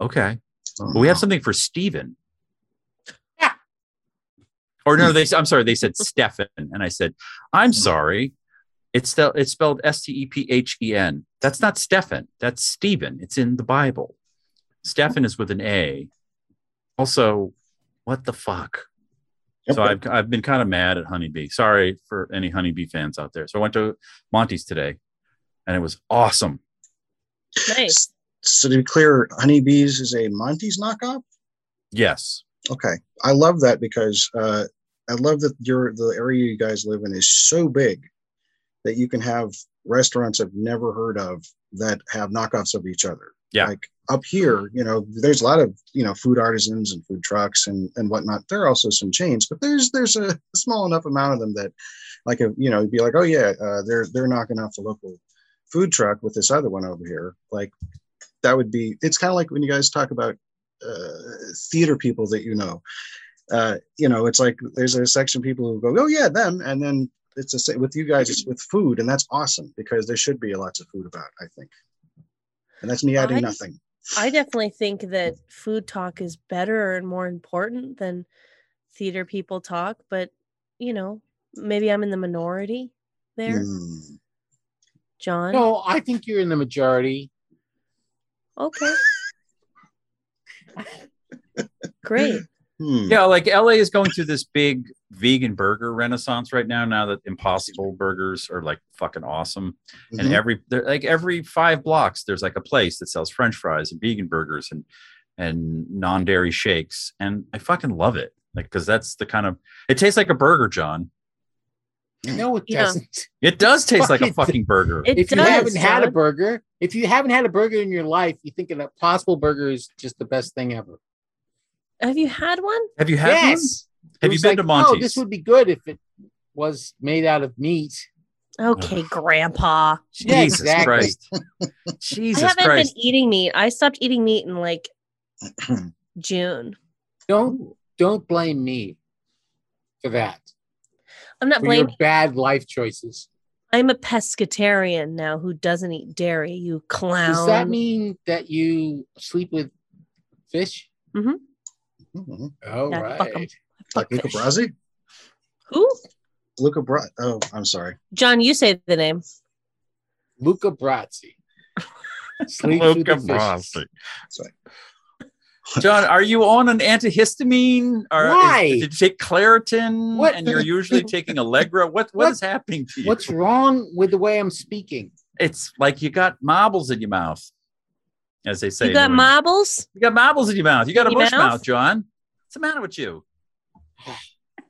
Speaker 4: Okay,
Speaker 5: Oh,
Speaker 4: but we have
Speaker 5: no.
Speaker 4: something for Steven.
Speaker 3: Yeah.
Speaker 4: Or no, they I'm sorry, they said Stefan. And I said, I'm sorry. It's still it's spelled E S-T-E-P-H-E-N. That's not Stefan. That's Stephen. It's in the Bible. Stefan is with an A. Also, what the fuck?
Speaker 5: Yep.
Speaker 4: So I've I've been kind of mad at Honeybee. Sorry for any Honeybee fans out there. So I went to Monty's today and it was awesome.
Speaker 2: Nice.
Speaker 5: so to be clear, Honeybees is a Monty's knockoff.
Speaker 4: Yes.
Speaker 5: Okay, I love that because uh, I love that your the area you guys live in is so big that you can have restaurants I've never heard of that have knockoffs of each other.
Speaker 4: Yeah.
Speaker 5: like up here, you know, there's a lot of you know food artisans and food trucks and and whatnot. There are also some chains, but there's there's a small enough amount of them that, like, if, you know, you'd be like, oh yeah, uh, they're they're knocking off the local food truck with this other one over here. Like, that would be. It's kind of like when you guys talk about uh, theater people that you know. Uh, you know, it's like there's a section of people who go, "Oh yeah, them," and then it's the same with you guys. It's with food, and that's awesome because there should be lots of food about. I think, and that's me adding
Speaker 2: I-
Speaker 5: nothing.
Speaker 2: I definitely think that food talk is better and more important than theater people talk, but you know, maybe I'm in the minority there,
Speaker 5: Mm.
Speaker 2: John.
Speaker 3: No, I think you're in the majority.
Speaker 2: Okay. Great.
Speaker 5: Hmm.
Speaker 4: Yeah, like LA is going through this big vegan burger renaissance right now. Now that Impossible Burgers are like fucking awesome, and
Speaker 5: Mhm.
Speaker 4: every they're like every five blocks, there's like a place that sells French fries and vegan burgers and and non dairy shakes, and I fucking love it. Like, because that's the kind of it tastes like a burger, John.
Speaker 3: No, it
Speaker 2: Yeah.
Speaker 3: doesn't.
Speaker 4: It does taste like a
Speaker 3: Fuck it.
Speaker 4: fucking burger.
Speaker 2: It
Speaker 3: if you
Speaker 2: does,
Speaker 3: haven't had a
Speaker 2: John.
Speaker 3: burger, if you haven't had a burger in your life, you think an impossible burger is just the best thing ever.
Speaker 2: Have you had one?
Speaker 4: Have you had one?
Speaker 3: yes. It
Speaker 4: Have you
Speaker 3: was
Speaker 4: been
Speaker 3: like,
Speaker 4: to
Speaker 3: Oh,
Speaker 4: Monty's?
Speaker 3: this would be good if it was made out of meat.
Speaker 2: Okay, grandpa.
Speaker 3: Yeah,
Speaker 4: Jesus
Speaker 3: exactly.
Speaker 4: Christ!
Speaker 2: I
Speaker 4: Jesus
Speaker 2: haven't
Speaker 4: Christ!
Speaker 2: been eating meat. I stopped eating meat in like June.
Speaker 3: Don't don't blame me for that.
Speaker 2: I'm not
Speaker 3: For your
Speaker 2: blaming.
Speaker 3: bad life choices.
Speaker 2: I'm a pescatarian now who doesn't eat dairy, you clown.
Speaker 3: Does that mean that you sleep with fish?
Speaker 5: Mhm.
Speaker 3: Oh
Speaker 2: Yeah, fuck 'em.
Speaker 3: right.
Speaker 5: Like Luca
Speaker 2: Fuckfish.
Speaker 5: Brasi?
Speaker 2: Who?
Speaker 5: Luca Bra? Oh, I'm sorry.
Speaker 2: John, you say the name.
Speaker 3: Luca Brazzi. Sleep through
Speaker 4: Luca
Speaker 3: the fishes.
Speaker 4: Brasi.
Speaker 5: Sorry.
Speaker 4: John, are you on an antihistamine? Or is-
Speaker 3: Why?
Speaker 4: did you take Claritin?
Speaker 3: What?
Speaker 4: And you're usually taking Allegra. What
Speaker 3: What-
Speaker 4: what is happening to you?
Speaker 3: What's wrong with the way I'm speaking?
Speaker 4: it's like you got marbles in your mouth, as they say.
Speaker 2: You got
Speaker 4: in New England.
Speaker 2: marbles?
Speaker 4: You got marbles in your mouth. You got a
Speaker 2: Your
Speaker 4: bush
Speaker 2: mouth?
Speaker 4: mouth? John. What's the matter with you?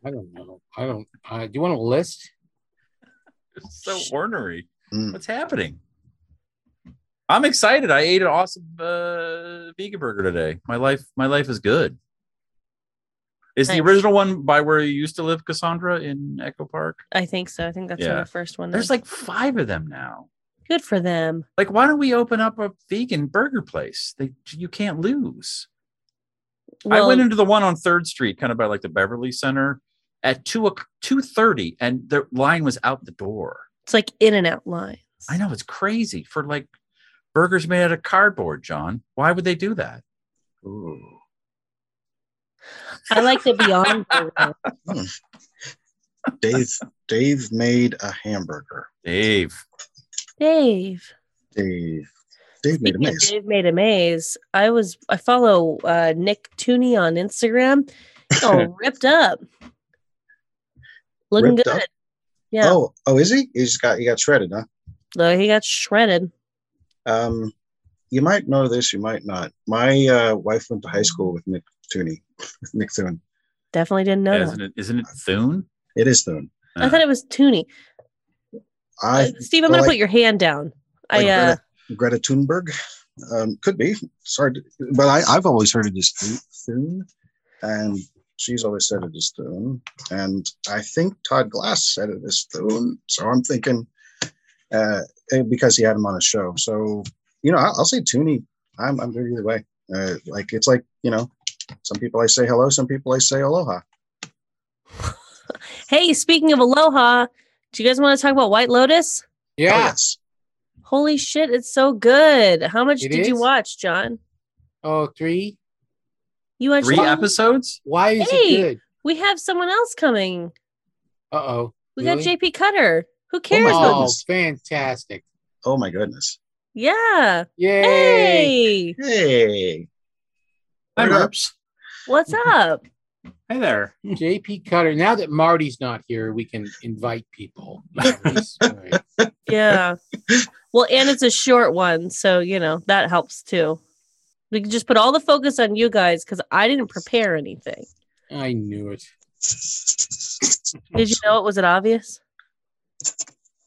Speaker 3: I don't know. I don't. Uh, do you want a list?
Speaker 4: It's
Speaker 2: Oh,
Speaker 4: so ornery.
Speaker 5: Mm.
Speaker 4: What's happening? I'm excited. I ate an awesome uh, vegan burger today. My life, my life is good. Is the
Speaker 2: Nice.
Speaker 4: original one by where you used to live, Cassandra, in Echo Park?
Speaker 2: I think so. I think that's where
Speaker 4: Yeah.
Speaker 2: the first one.
Speaker 4: There's
Speaker 2: There's
Speaker 4: like five of them now.
Speaker 2: good for them.
Speaker 4: Like, why don't we open up a vegan burger place? They, you can't lose. I
Speaker 2: Well,
Speaker 4: went into the one on Third Street, kind of by like the Beverly Center, at two two thirty, and the line was out the door.
Speaker 2: it's like in and out lines.
Speaker 4: I know it's crazy for like burgers made out of cardboard, John. Why would they do that?
Speaker 2: I like the Beyond Burger.
Speaker 5: Dave Dave made a hamburger.
Speaker 4: Dave,
Speaker 2: Dave.
Speaker 5: Dave Dave made a
Speaker 2: Speaking of
Speaker 5: maze.
Speaker 2: Dave made a maze. I was I follow uh, Nick Tooney on Instagram. Oh, ripped up. Looking
Speaker 5: Ripped
Speaker 2: good.
Speaker 5: up?
Speaker 2: Yeah.
Speaker 5: Oh, oh, is he? He's got he got shredded, huh?
Speaker 2: Look, he got shredded.
Speaker 5: Um, you might know this, you might not. My uh, wife went to high school with Nick Tooney, with Nick Thune.
Speaker 2: Definitely didn't know
Speaker 4: isn't
Speaker 2: that.
Speaker 4: it? Isn't it Thune?
Speaker 5: It is Thune.
Speaker 2: I thought it was Tooney. Uh,
Speaker 5: I
Speaker 2: Steve, I'm gonna
Speaker 5: like-
Speaker 2: put your hand down. I
Speaker 5: like
Speaker 2: uh,
Speaker 5: Greta Thunberg, um, could be. Sorry, but I, I've always heard it as Thune, and she's always said it as Thune, and I think Todd Glass said it as Thune. So I'm thinking, uh, eh, because he had him on a show. So you know, I'll, I'll say Tooney. I'm I'm good either way. Uh, like it's like you know, some people I say hello, some people I say aloha. Oh,
Speaker 2: hey, speaking of Aloha, do you guys want to talk about White Lotus?
Speaker 5: Oh,
Speaker 3: Yeah.
Speaker 5: yes.
Speaker 2: Holy shit, it's so good. How much
Speaker 3: It
Speaker 2: did you
Speaker 3: is?
Speaker 2: watch, John?
Speaker 3: Oh, three.
Speaker 2: You watched
Speaker 4: Three
Speaker 2: all-
Speaker 4: episodes?
Speaker 3: Why is
Speaker 2: Hey.
Speaker 3: it good?
Speaker 2: We have someone else coming.
Speaker 3: Uh oh.
Speaker 2: We
Speaker 3: Really?
Speaker 2: got JP Cutter. Who cares?
Speaker 5: my
Speaker 2: what-
Speaker 3: Oh,
Speaker 5: goodness.
Speaker 3: fantastic!
Speaker 5: Oh my goodness.
Speaker 2: yeah.
Speaker 3: Yay!
Speaker 2: Hey,
Speaker 5: Hey.
Speaker 6: Hi,
Speaker 5: What up?
Speaker 6: Merps.
Speaker 2: what's up?
Speaker 6: Hey there.
Speaker 3: JP Cutter. Now that Marty's not here, we can invite people. Marty's- all right.
Speaker 2: Yeah. Well, and it's a short one, so you know that helps too. We can just put all the focus on you guys because I didn't prepare anything.
Speaker 3: I knew it.
Speaker 2: Did you know it was it obvious?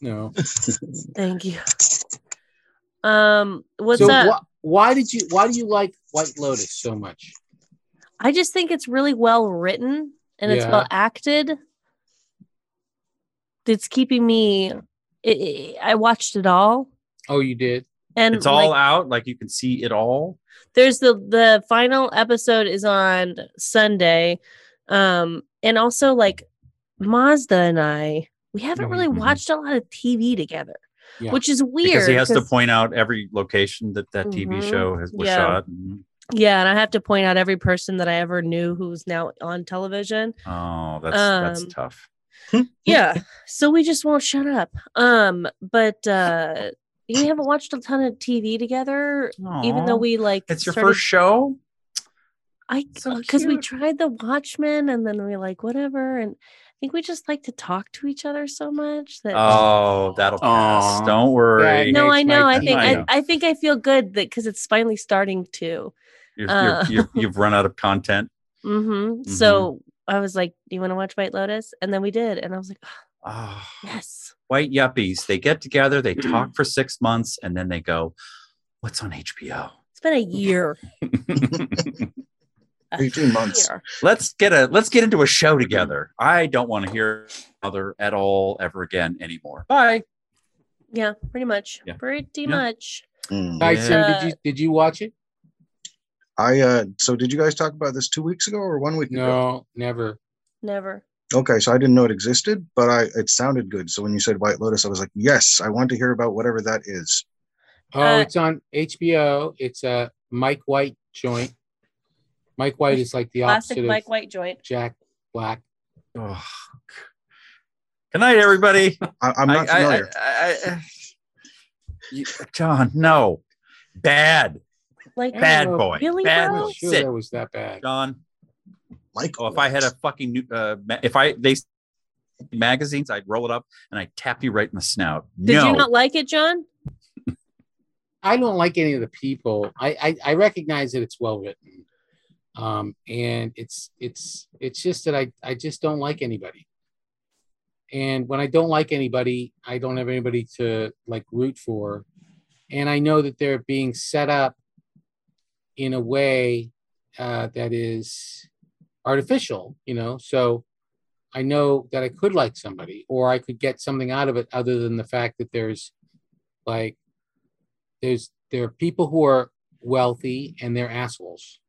Speaker 3: No.
Speaker 2: Thank you. Um, what's
Speaker 3: so
Speaker 2: up?
Speaker 3: wh- why did you? Why do you like White Lotus so much?
Speaker 2: I just think it's really well written and it's
Speaker 3: Yeah.
Speaker 2: well acted. It's keeping me. i i I watched it all,
Speaker 3: Oh, you did.
Speaker 2: and
Speaker 4: It's all
Speaker 2: like,
Speaker 4: out. Like you can see it all.
Speaker 2: there's the the final episode is on sunday um and also like mazda and i we haven't really
Speaker 4: Mhm.
Speaker 2: watched a lot of tv together
Speaker 3: Yeah.
Speaker 2: which is weird
Speaker 4: Because he has to
Speaker 2: 'cause-
Speaker 4: point out every location that that TV
Speaker 2: Mhm.
Speaker 4: show has, was
Speaker 2: Yeah.
Speaker 4: shot.
Speaker 2: yeah and i have to point out every person that i ever knew who's now on television
Speaker 4: Oh, that's that's
Speaker 2: Um,
Speaker 4: tough.
Speaker 2: yeah so we just won't shut up um but uh we haven't watched a ton of tv together even though
Speaker 4: Aw.
Speaker 2: we like
Speaker 4: it's your
Speaker 2: started-
Speaker 4: first show.
Speaker 2: I
Speaker 4: So
Speaker 2: because we
Speaker 4: cute.
Speaker 2: tried the Watchmen and then we like whatever and I think we just like to talk to each other so much that
Speaker 4: Oh, that'll pass.
Speaker 6: Aw.
Speaker 4: Don't worry.
Speaker 2: no I
Speaker 3: makes my
Speaker 2: know I
Speaker 3: day.
Speaker 2: think
Speaker 4: I
Speaker 2: I,
Speaker 4: know.
Speaker 2: I think I feel good that because it's finally starting to
Speaker 4: You're,
Speaker 2: uh.
Speaker 4: you're, you're, you've run out of content.
Speaker 2: hmm
Speaker 4: Mm-hmm.
Speaker 2: so I was like do you want to watch White Lotus and then we did and I was like "Ah,
Speaker 4: Ah.
Speaker 2: yes
Speaker 4: white yuppies. They get together, they
Speaker 5: Mm-hmm.
Speaker 4: talk for six months, and then they go, "What's on HBO?
Speaker 2: it's been a year A
Speaker 5: 18 months.
Speaker 2: year.
Speaker 4: let's get a let's get into a
Speaker 5: Mm-hmm.
Speaker 4: show together." I don't want to hear other at all ever again anymore. Bye.
Speaker 2: yeah pretty much
Speaker 4: Yeah.
Speaker 2: pretty
Speaker 4: Yeah.
Speaker 2: much
Speaker 5: Mm.
Speaker 3: Tyson,
Speaker 2: Yeah.
Speaker 3: did you did you watch it?
Speaker 5: I uh so did you guys talk about this two weeks ago or one week ago?
Speaker 3: No, never.
Speaker 2: never
Speaker 5: Okay, so I didn't know it existed, but I it sounded good. So when you said White Lotus, I was like, yes, I want to hear about whatever that is.
Speaker 3: Oh,
Speaker 2: Uh,
Speaker 3: it's on HBO. It's a Mike White joint. Mike White is like the
Speaker 2: classic
Speaker 3: opposite of
Speaker 2: Mike White joint
Speaker 3: Jack Black.
Speaker 4: Ugh. Good night, everybody.
Speaker 5: I, I'm not
Speaker 4: I- I-
Speaker 5: familiar.
Speaker 4: I- I- You- John, no. Bad.
Speaker 2: Like
Speaker 3: I don't
Speaker 4: Bad
Speaker 3: know.
Speaker 4: boy.
Speaker 2: Really,
Speaker 4: bad
Speaker 3: I'm
Speaker 2: bro?
Speaker 4: boy.
Speaker 3: not sure
Speaker 4: Sit,
Speaker 3: that was that bad.
Speaker 4: John.
Speaker 5: Like,
Speaker 4: Oh, if I had a fucking new, uh, ma- if I they magazines, I'd roll it up and I'd tap you right in the snout.
Speaker 2: Did
Speaker 4: no,
Speaker 2: you not like it, John?
Speaker 3: I don't like any of the people. I I, I recognize that it's well written, um, and it's it's it's just that I I just don't like anybody. And when I don't like anybody, I don't have anybody to like root for, and I know that they're being set up in a way uh, that is artificial. You know, so I know that I could like somebody, or I could get something out of it other than the fact that there's like there's there are people who are wealthy and they're assholes.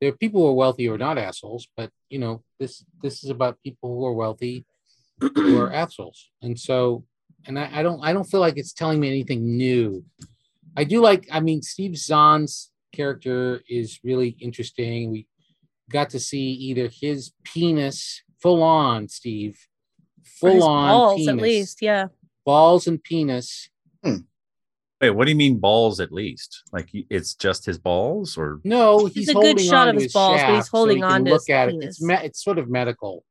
Speaker 3: There are people who are wealthy who are not assholes, but you know this this is about people who are wealthy who are assholes, and so and I, I don't I don't feel like it's telling me anything new. I do like I mean Steve Zahn's character is really interesting. We got to see either his penis full on Steve,
Speaker 2: Or
Speaker 3: full
Speaker 2: his
Speaker 3: on
Speaker 2: balls,
Speaker 3: penis,
Speaker 2: at least. Yeah.
Speaker 3: balls and penis.
Speaker 4: Wait, what do you mean balls? At least like he- it's just his balls, or
Speaker 3: No,
Speaker 2: It's
Speaker 3: he's
Speaker 2: a good
Speaker 3: holding
Speaker 2: shot
Speaker 3: on
Speaker 2: of
Speaker 3: to
Speaker 2: his balls, but he's
Speaker 3: shaft so he
Speaker 2: holding
Speaker 3: can
Speaker 2: on to
Speaker 3: look
Speaker 2: his
Speaker 3: at it.
Speaker 2: penis.
Speaker 3: It's me- it's sort of medical.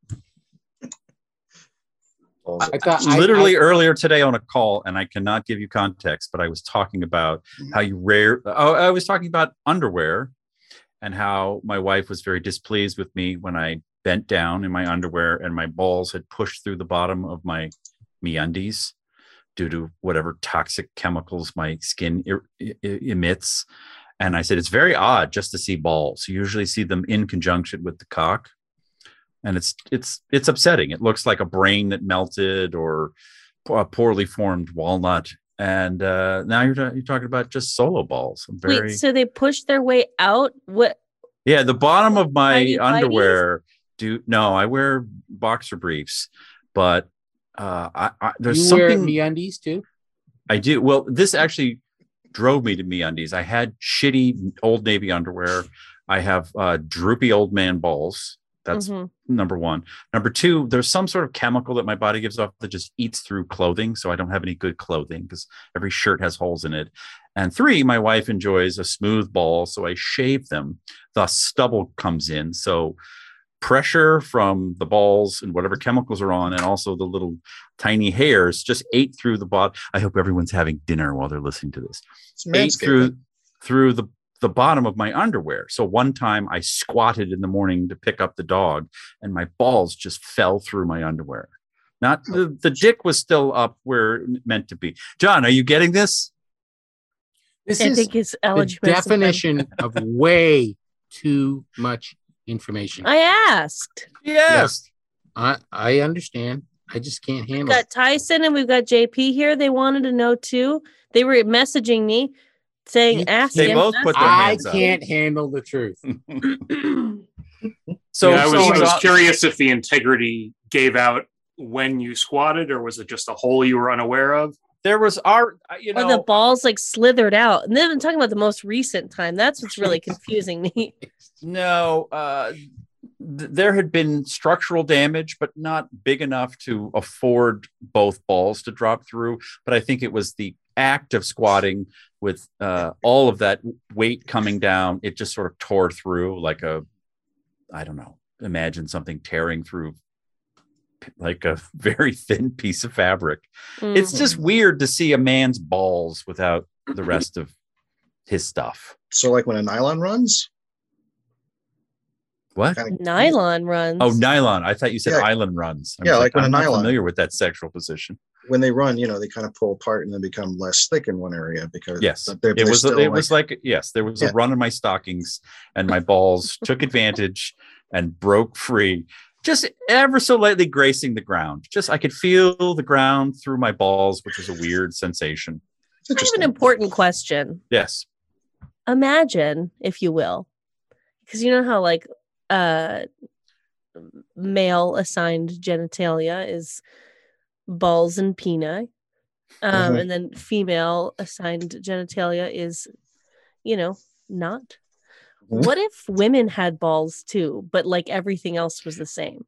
Speaker 5: balls.
Speaker 3: I thought I-
Speaker 4: literally
Speaker 3: I-
Speaker 4: earlier today on a call, and I cannot give you context, but I was talking about
Speaker 3: Mm-hmm.
Speaker 4: how you rare. Oh, I was talking about underwear and how my wife was very displeased with me when I bent down in my underwear and my balls had pushed through the bottom of my meundies due to whatever toxic chemicals my skin er- e- e- emits. And I said, it's very odd just to see balls. You usually see them in conjunction with the cock. And it's it's it's upsetting. It looks like a brain that melted or po- a poorly formed walnut. And uh, now you're ta- you're talking about just solo balls. I'm very
Speaker 2: Wait, so they push their way out? What?
Speaker 4: yeah, the bottom of my
Speaker 2: Tiny whities?
Speaker 4: underwear. Do no, I wear boxer briefs, but uh, I, I there's
Speaker 3: you wear
Speaker 4: something
Speaker 3: MeUndies too.
Speaker 4: I do. Well, this actually drove me to MeUndies. I had shitty old navy underwear. I have uh, droopy old man balls. That's
Speaker 2: Mhm.
Speaker 4: number one. Number two, there's some sort of chemical that my body gives off that just eats through clothing. So I don't have any good clothing because every shirt has holes in it. And three, my wife enjoys a smooth ball. So I shave them. Thus, stubble comes in. So pressure from the balls and whatever chemicals are on, and also the little tiny hairs just ate through the bottom. I hope everyone's having dinner while they're listening to this
Speaker 5: It's
Speaker 4: ate
Speaker 5: manscaping.
Speaker 4: through through the the bottom of my underwear. So one time I squatted in the morning to pick up the dog, and my balls just fell through my underwear. Not the, the dick was still up where it meant to be. John, are you getting this?
Speaker 3: This
Speaker 2: I
Speaker 3: is
Speaker 2: think it's
Speaker 3: the
Speaker 2: eligible.
Speaker 3: definition of way too much information. I,
Speaker 2: I asked.
Speaker 3: Yes. I, understand. I just can't
Speaker 2: We've
Speaker 3: handle it.
Speaker 2: got Tyson and we've got JP here. They wanted to know too. They were messaging me
Speaker 3: You
Speaker 2: saying, ask
Speaker 3: They
Speaker 2: him.
Speaker 4: both put
Speaker 2: ask him."
Speaker 4: their
Speaker 3: I
Speaker 4: hands up.
Speaker 3: can't handle the truth.
Speaker 4: So
Speaker 6: Yeah, I was,
Speaker 4: so-
Speaker 6: I was
Speaker 4: so-
Speaker 6: curious if the integrity gave out when you squatted, or was it just a hole you were unaware of?
Speaker 4: there was our you know
Speaker 2: or the balls like slithered out. And then I'm talking about the most recent time. That's what's really confusing me.
Speaker 4: No, uh, th- there had been structural damage, but not big enough to afford both balls to drop through. But I think it was the act of squatting with uh, all of that weight coming down. It just sort of tore through like a, I don't know, imagine something tearing through p- like a very thin piece of fabric.
Speaker 2: Mm.
Speaker 4: It's just weird to see a man's balls without the rest of his stuff.
Speaker 5: So, like when a nylon runs,
Speaker 4: What?
Speaker 5: kind of
Speaker 2: Hmm. nylon runs.
Speaker 4: Oh, nylon. I thought you said
Speaker 5: Yeah.
Speaker 4: island runs. I
Speaker 5: Yeah,
Speaker 4: was
Speaker 5: like when
Speaker 4: I'm
Speaker 5: a
Speaker 4: not
Speaker 5: nylon-
Speaker 4: familiar with that sexual position.
Speaker 3: Mm-hmm.
Speaker 5: when they run, you know, they kind of pull apart and then become less thick in one area because
Speaker 4: Yes,
Speaker 5: but they're,
Speaker 4: it
Speaker 5: they're
Speaker 4: was.
Speaker 5: still
Speaker 4: it was like yes, there was
Speaker 5: Yeah.
Speaker 4: a run in my stockings, and my balls took advantage and broke free, just ever so lightly gracing the ground. Just I could feel the ground through my balls, which was a weird sensation.
Speaker 2: I
Speaker 5: it's
Speaker 2: have an
Speaker 5: interesting.
Speaker 2: important question.
Speaker 4: Yes,
Speaker 2: Imagine, if you will, because you know how like uh male assigned genitalia is balls and peni. Um,
Speaker 5: Mhm.
Speaker 2: and then female assigned genitalia is, you know, not.
Speaker 5: Mhm.
Speaker 2: What if women had balls too, but like everything else was the same?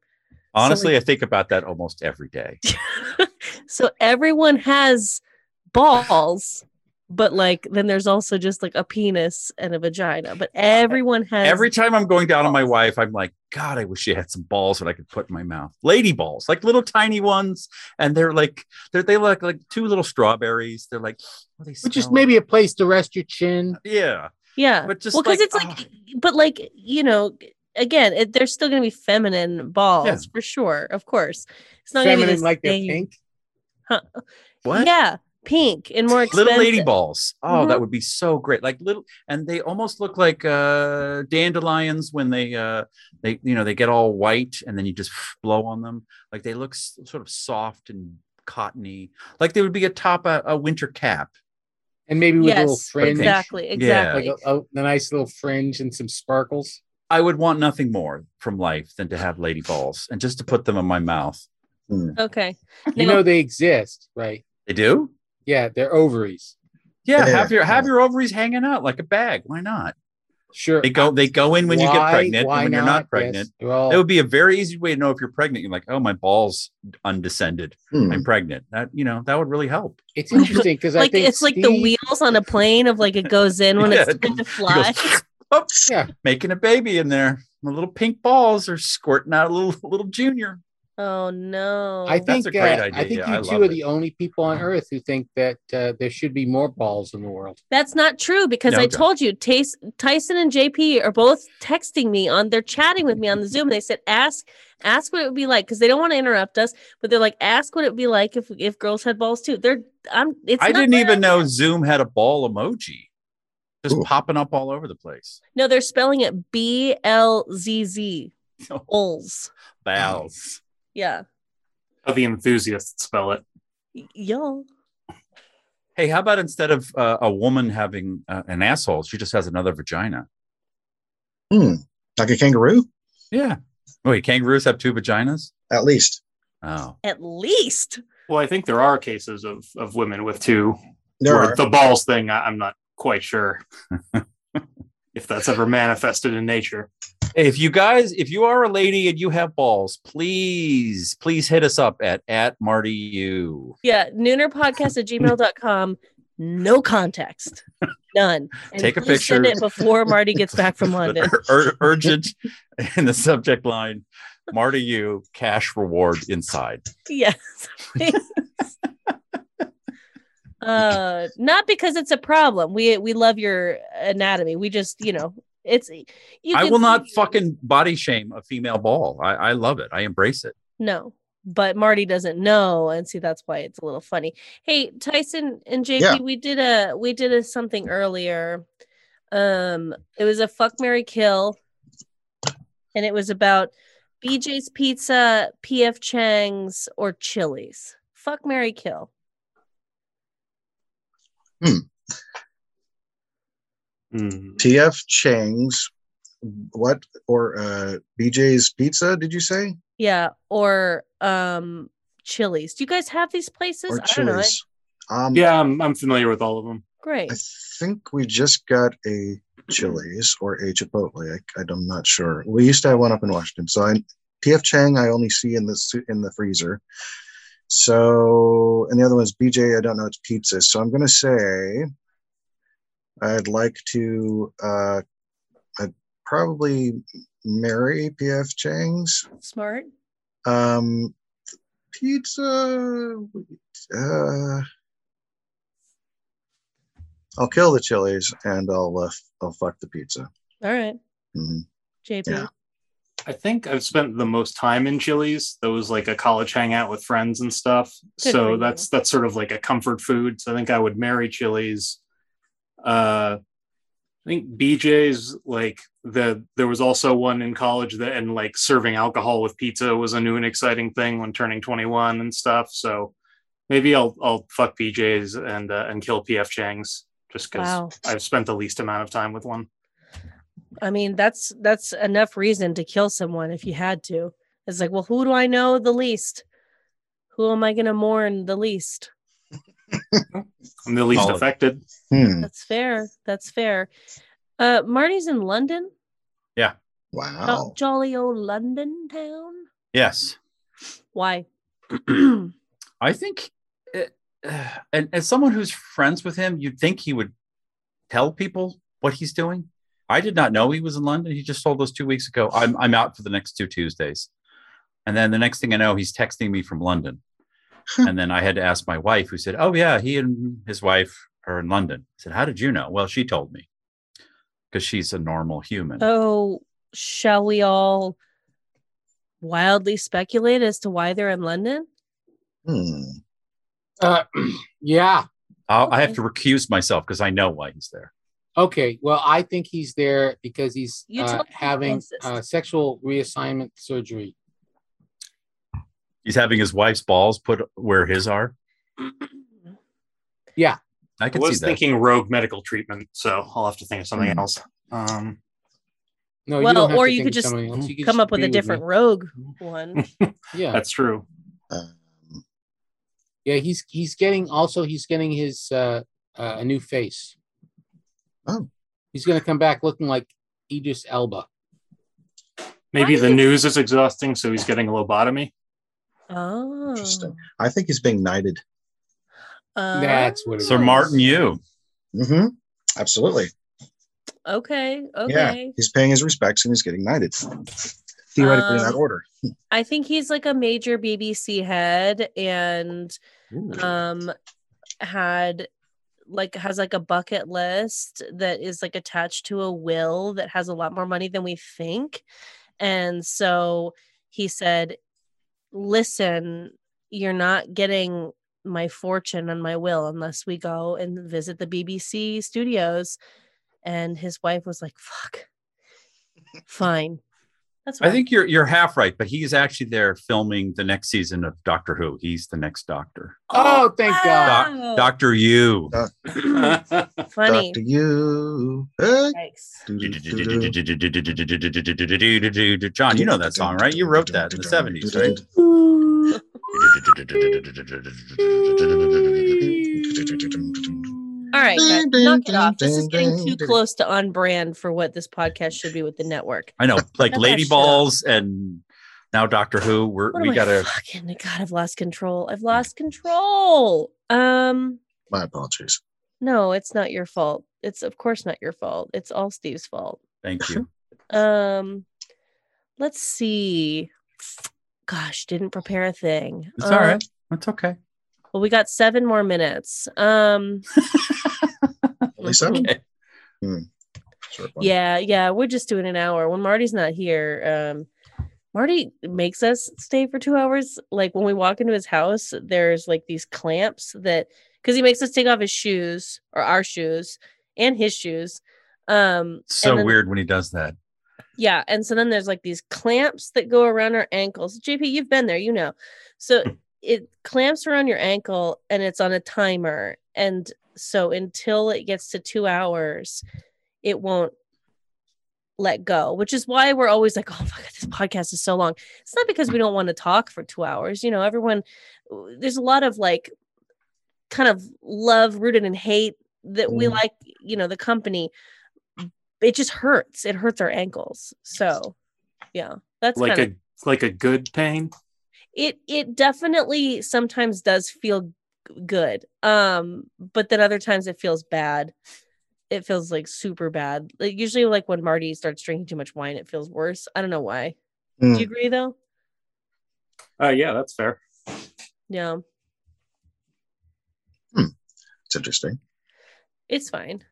Speaker 4: honestly, I think about that almost every day.
Speaker 2: so everyone has balls, but like then there's also just like a penis and a vagina. But everyone has
Speaker 4: Every time I'm going down on my wife, I'm like, God, I wish she had some balls that I could put in my mouth. Lady balls, like little tiny ones, and they're like they're they look like two little strawberries. They're like, oh, they
Speaker 3: Which is
Speaker 4: smell-
Speaker 3: maybe a place to rest your chin.
Speaker 4: yeah,
Speaker 2: yeah.
Speaker 4: but just
Speaker 2: well, because
Speaker 4: like, "Ah,
Speaker 2: it's like, but like you know, again, it, they're still gonna be feminine balls for sure. Of course, it's not gonna be
Speaker 3: Feminine
Speaker 2: this
Speaker 3: like they're
Speaker 2: thing-
Speaker 3: pink.
Speaker 4: oh, what?
Speaker 2: Yeah, pink and more expensive.
Speaker 4: little lady balls. Oh, that
Speaker 2: Mhm.
Speaker 4: would be so great. Like little, and they almost look like uh, dandelions when they uh, they you know they get all white, and then you just blow on them. Like they look s- sort of soft and cottony, like they would be atop a, a winter cap.
Speaker 3: And maybe with a little
Speaker 2: Yes,
Speaker 3: fringe.
Speaker 2: exactly,
Speaker 4: Yeah.
Speaker 2: exactly.
Speaker 3: Like a, a, a nice little fringe and some sparkles.
Speaker 4: I would want nothing more from life than to have lady balls and just to put them in my mouth.
Speaker 3: uh,
Speaker 2: Okay,
Speaker 3: You
Speaker 2: Now-
Speaker 3: know they exist, right?
Speaker 4: They do.
Speaker 3: Yeah, they're ovaries.
Speaker 4: Yeah,
Speaker 5: Yeah.
Speaker 4: have your have your ovaries hanging out like a bag. Why not?
Speaker 3: Sure.
Speaker 4: They go they go in when you get
Speaker 3: Why-
Speaker 4: pregnant,
Speaker 3: why
Speaker 4: and when you're not
Speaker 3: Yes,
Speaker 4: pregnant.
Speaker 3: they're all-
Speaker 4: That would be a very easy way to know if you're pregnant. You're like, oh, my balls undescended.
Speaker 5: Hmm.
Speaker 4: I'm pregnant. That you know, that would really help.
Speaker 3: it's interesting because I
Speaker 2: like
Speaker 3: think
Speaker 2: it's like the
Speaker 3: Steve-
Speaker 2: wheels on a plane of like it goes in when
Speaker 4: Yeah,
Speaker 2: it's
Speaker 4: it
Speaker 2: time to
Speaker 4: He
Speaker 2: fly.
Speaker 4: goes, "Oh,
Speaker 3: Yeah.
Speaker 4: making a baby in there. My little pink balls are squirting out a little little junior.
Speaker 2: Oh no!
Speaker 3: I
Speaker 4: That's
Speaker 3: think
Speaker 4: a great
Speaker 3: uh, I
Speaker 4: idea.
Speaker 3: think
Speaker 4: Yeah, I
Speaker 3: you two
Speaker 4: love
Speaker 3: are
Speaker 4: it.
Speaker 3: the only people on earth who think that uh, there should be more balls in the world.
Speaker 2: That's not true because
Speaker 4: No,
Speaker 2: I
Speaker 4: John.
Speaker 2: told you Tace, Tyson and JP are both texting me on they're chatting with me on the Zoom and they said ask ask what it would be like because they don't want to interrupt us but they're like ask what it would be like if if girls had balls too. They're I'm it's
Speaker 4: I
Speaker 2: not
Speaker 4: didn't
Speaker 2: bad.
Speaker 4: even know Zoom had a ball emoji. Just
Speaker 5: Ooh.
Speaker 4: popping up all over the place.
Speaker 2: No, they're spelling it B L Z Z.
Speaker 4: Oh.
Speaker 2: Balls.
Speaker 4: Balls.
Speaker 2: Yeah.
Speaker 6: How the enthusiasts spell it.
Speaker 2: Y- Y'all.
Speaker 4: Hey, how about instead of uh, a woman having uh, an asshole, she just has another vagina?
Speaker 5: Hmm. Like a kangaroo,
Speaker 4: Yeah. Wait, kangaroos have two vaginas?
Speaker 5: at least.
Speaker 4: Oh.
Speaker 2: At least.
Speaker 6: Well, I think there are cases of of women with two.
Speaker 5: There
Speaker 6: Or
Speaker 5: are.
Speaker 6: the balls thing, I, I'm not quite sure if that's ever manifested in nature.
Speaker 4: If you guys, if you are a lady and you have balls, please, please hit us up at at Marty U.
Speaker 2: Yeah. Noonerpodcast at gmail.com. No context. None. And
Speaker 4: Take a
Speaker 2: please Send
Speaker 4: picture.
Speaker 2: it before Marty gets back from
Speaker 4: But
Speaker 2: London.
Speaker 4: ur- ur- urgent in the subject line. Marty U. Cash reward inside.
Speaker 2: Yes. please. uh not because it's a problem. We we love your anatomy. We just, you know, it's you
Speaker 4: I
Speaker 2: can
Speaker 4: will not
Speaker 2: see-
Speaker 4: fucking body shame a female ball. I, I love it. I embrace it.
Speaker 2: No. But Marty doesn't know, and see that's why it's a little funny. Hey, Tyson and JP,
Speaker 5: Yeah.
Speaker 2: we did a we did a something earlier. Um, it was a fuck Mary Kill, and it was about BJ's Pizza, PF Chang's, or Chili's. Fuck Mary Kill.
Speaker 6: Hmm.
Speaker 5: TF Chang's what or uh BJ's Pizza did you say?
Speaker 2: Yeah, or um Chili's. Do you guys have these places?
Speaker 5: Or
Speaker 2: I don't know. I-
Speaker 5: Chili's? Um
Speaker 6: Yeah, I'm, I'm familiar with all of them.
Speaker 2: Great.
Speaker 5: I think we just got a Chili's or a Chipotle. I, I'm not sure. We used to have one up in Washington. So I TF Chang I only see in the su- in the freezer. So and the other one's BJ. I don't know. It's pizza. So I'm gonna say I'd like to. uh I'd probably marry PF Chang's.
Speaker 2: Smart.
Speaker 5: Um, pizza. Uh, I'll kill the chilies and I'll uh, I'll fuck the pizza.
Speaker 2: All right.
Speaker 5: Mhm.
Speaker 2: JP.
Speaker 5: Yeah.
Speaker 6: I think I've spent the most time in Chili's. That was like a college hangout with friends and stuff.
Speaker 2: Good for
Speaker 6: so
Speaker 2: you.
Speaker 6: that's that's sort of like a comfort food. So I think I would marry Chili's. Uh, I think BJ's like the there was also one in college that and like serving alcohol with pizza was a new and exciting thing when turning 21 and stuff. So maybe I'll I'll fuck BJ's and uh, and kill PF Chang's just because
Speaker 2: Wow.
Speaker 6: I've spent the least amount of time with one.
Speaker 2: I mean, that's that's enough reason to kill someone if you had to. It's like, well, who do I know the least? Who am I going to mourn the least?
Speaker 6: I'm the least
Speaker 4: Solid.
Speaker 6: affected.
Speaker 5: Hmm.
Speaker 2: That's fair. That's fair. Uh, Marty's in London, Jo-
Speaker 5: Wow.
Speaker 2: jolly old London town.
Speaker 4: Yes.
Speaker 2: Why?
Speaker 4: I think uh, and as someone who's friends with him, you'd think he would tell people what he's doing. I did not know he was in London. He just told us two weeks ago, I'm, I'm out for the next two Tuesdays. And then the next thing I know, he's texting me from London.
Speaker 2: Hmm.
Speaker 4: and then I had to ask my wife, who said, Oh, yeah, he and his wife are in London. I said, How did you know? Well, she told me because she's a normal human.
Speaker 2: Oh, shall we all wildly speculate as to why they're in London?
Speaker 5: Hmm.
Speaker 3: Uh, yeah.
Speaker 4: I'll- I have
Speaker 2: okay.
Speaker 4: to recuse myself because I know why he's there.
Speaker 3: Okay, well, I think he's there because he's
Speaker 2: You
Speaker 3: uh,
Speaker 2: tell me
Speaker 3: having
Speaker 2: closest.
Speaker 3: uh, sexual reassignment surgery.
Speaker 4: He's having his wife's balls put where his are. I
Speaker 6: I
Speaker 4: can
Speaker 6: was
Speaker 4: see that.
Speaker 6: thinking rogue medical treatment, so I'll have to think of something else. Um,
Speaker 3: No,
Speaker 2: Well,
Speaker 3: you don't have
Speaker 2: or
Speaker 3: to
Speaker 2: you
Speaker 3: think
Speaker 2: could
Speaker 3: of
Speaker 2: just
Speaker 3: somebody else. You could
Speaker 2: Come
Speaker 3: just
Speaker 2: up with a
Speaker 3: agree me.
Speaker 2: different rogue one.
Speaker 3: Yeah,
Speaker 6: that's true.
Speaker 5: Um,
Speaker 3: yeah. He's he's getting also he's getting his uh, uh, a new face.
Speaker 5: Oh.
Speaker 3: he's gonna come back looking like Idris Elba.
Speaker 6: Maybe
Speaker 2: Why
Speaker 6: the
Speaker 2: is-
Speaker 6: news is exhausting, so he's getting a lobotomy.
Speaker 2: Oh,
Speaker 5: Interesting. I think he's being knighted.
Speaker 2: Uh,
Speaker 3: That's what it
Speaker 4: Sir Martin, you.
Speaker 5: hmm Absolutely.
Speaker 2: Okay,
Speaker 5: Yeah.
Speaker 2: okay.
Speaker 5: He's paying his respects and he's getting knighted. Theoretically, in that
Speaker 2: Um,
Speaker 5: order.
Speaker 2: I think he's like a major BBC head and
Speaker 5: Ooh.
Speaker 2: um had like has like a bucket list that is like attached to a will that has a lot more money than we think. And so he said, "Listen, you're not getting my fortune and my will unless we go and visit the BBC studios." And his wife was like, "Fuck. Fine." That's
Speaker 4: I
Speaker 2: fine.
Speaker 4: think you're you're half right, but he's actually there filming the next season of Doctor Who. He's the next Doctor.
Speaker 3: Oh, thank God.
Speaker 4: Doc, Doctor You.
Speaker 2: Funny.
Speaker 5: Doctor, you. Hey.
Speaker 2: Yikes.
Speaker 4: John, you know that song, right? You wrote that in the seventies, right?
Speaker 2: All right, guys,
Speaker 5: Dun, dun,
Speaker 2: knock it off. This is
Speaker 5: dun,
Speaker 2: getting
Speaker 5: dun,
Speaker 2: too
Speaker 5: dun.
Speaker 2: close to on brand for what this podcast should be with the network.
Speaker 4: I know, like
Speaker 2: Shut
Speaker 4: Lady
Speaker 2: up.
Speaker 4: Balls and now Doctor Who. We're
Speaker 2: What
Speaker 4: we
Speaker 2: am I
Speaker 4: gotta.
Speaker 2: fucking? God, I've lost control. I've lost control. Um,
Speaker 5: My apologies.
Speaker 2: no, it's not your fault. It's of course not your fault. It's all Steve's fault.
Speaker 4: Thank you.
Speaker 2: Um, let's see. Gosh, didn't prepare a thing.
Speaker 4: It's all
Speaker 2: Um,
Speaker 4: right. It's okay.
Speaker 2: Well, we got seven more minutes. Um,
Speaker 5: At least Hmm. that was
Speaker 4: Okay.
Speaker 5: a short one.
Speaker 2: yeah, yeah, we're just doing an hour. When Marty's not here, um, Marty makes us stay for two hours. Like when we walk into his house, there's like these clamps that because he makes us take off his shoes or our shoes and his shoes. Um,
Speaker 4: So
Speaker 2: and then-
Speaker 4: weird when he does that.
Speaker 2: yeah, and so then there's like these clamps that go around our ankles. JP, you've been there, you know. So it clamps around your ankle and it's on a timer. And so until it gets to two hours, it won't let go, which is why we're always like, oh my God, this podcast is so long. It's not because we don't want to talk for two hours. You know, everyone, there's a lot of like kind of love rooted in hate that we
Speaker 5: Mm.
Speaker 2: like, you know, the company. It just hurts. It hurts our ankles. So, yeah, that's
Speaker 6: like
Speaker 2: kind of
Speaker 6: a like a good pain.
Speaker 2: it it definitely sometimes does feel g- good um but then other times it feels bad it feels like super bad like usually like when marty starts drinking too much wine it feels worse i don't know why do
Speaker 5: Mm.
Speaker 2: you agree though
Speaker 6: Uh, yeah, that's fair.
Speaker 2: yeah
Speaker 5: It's interesting.
Speaker 2: it's fine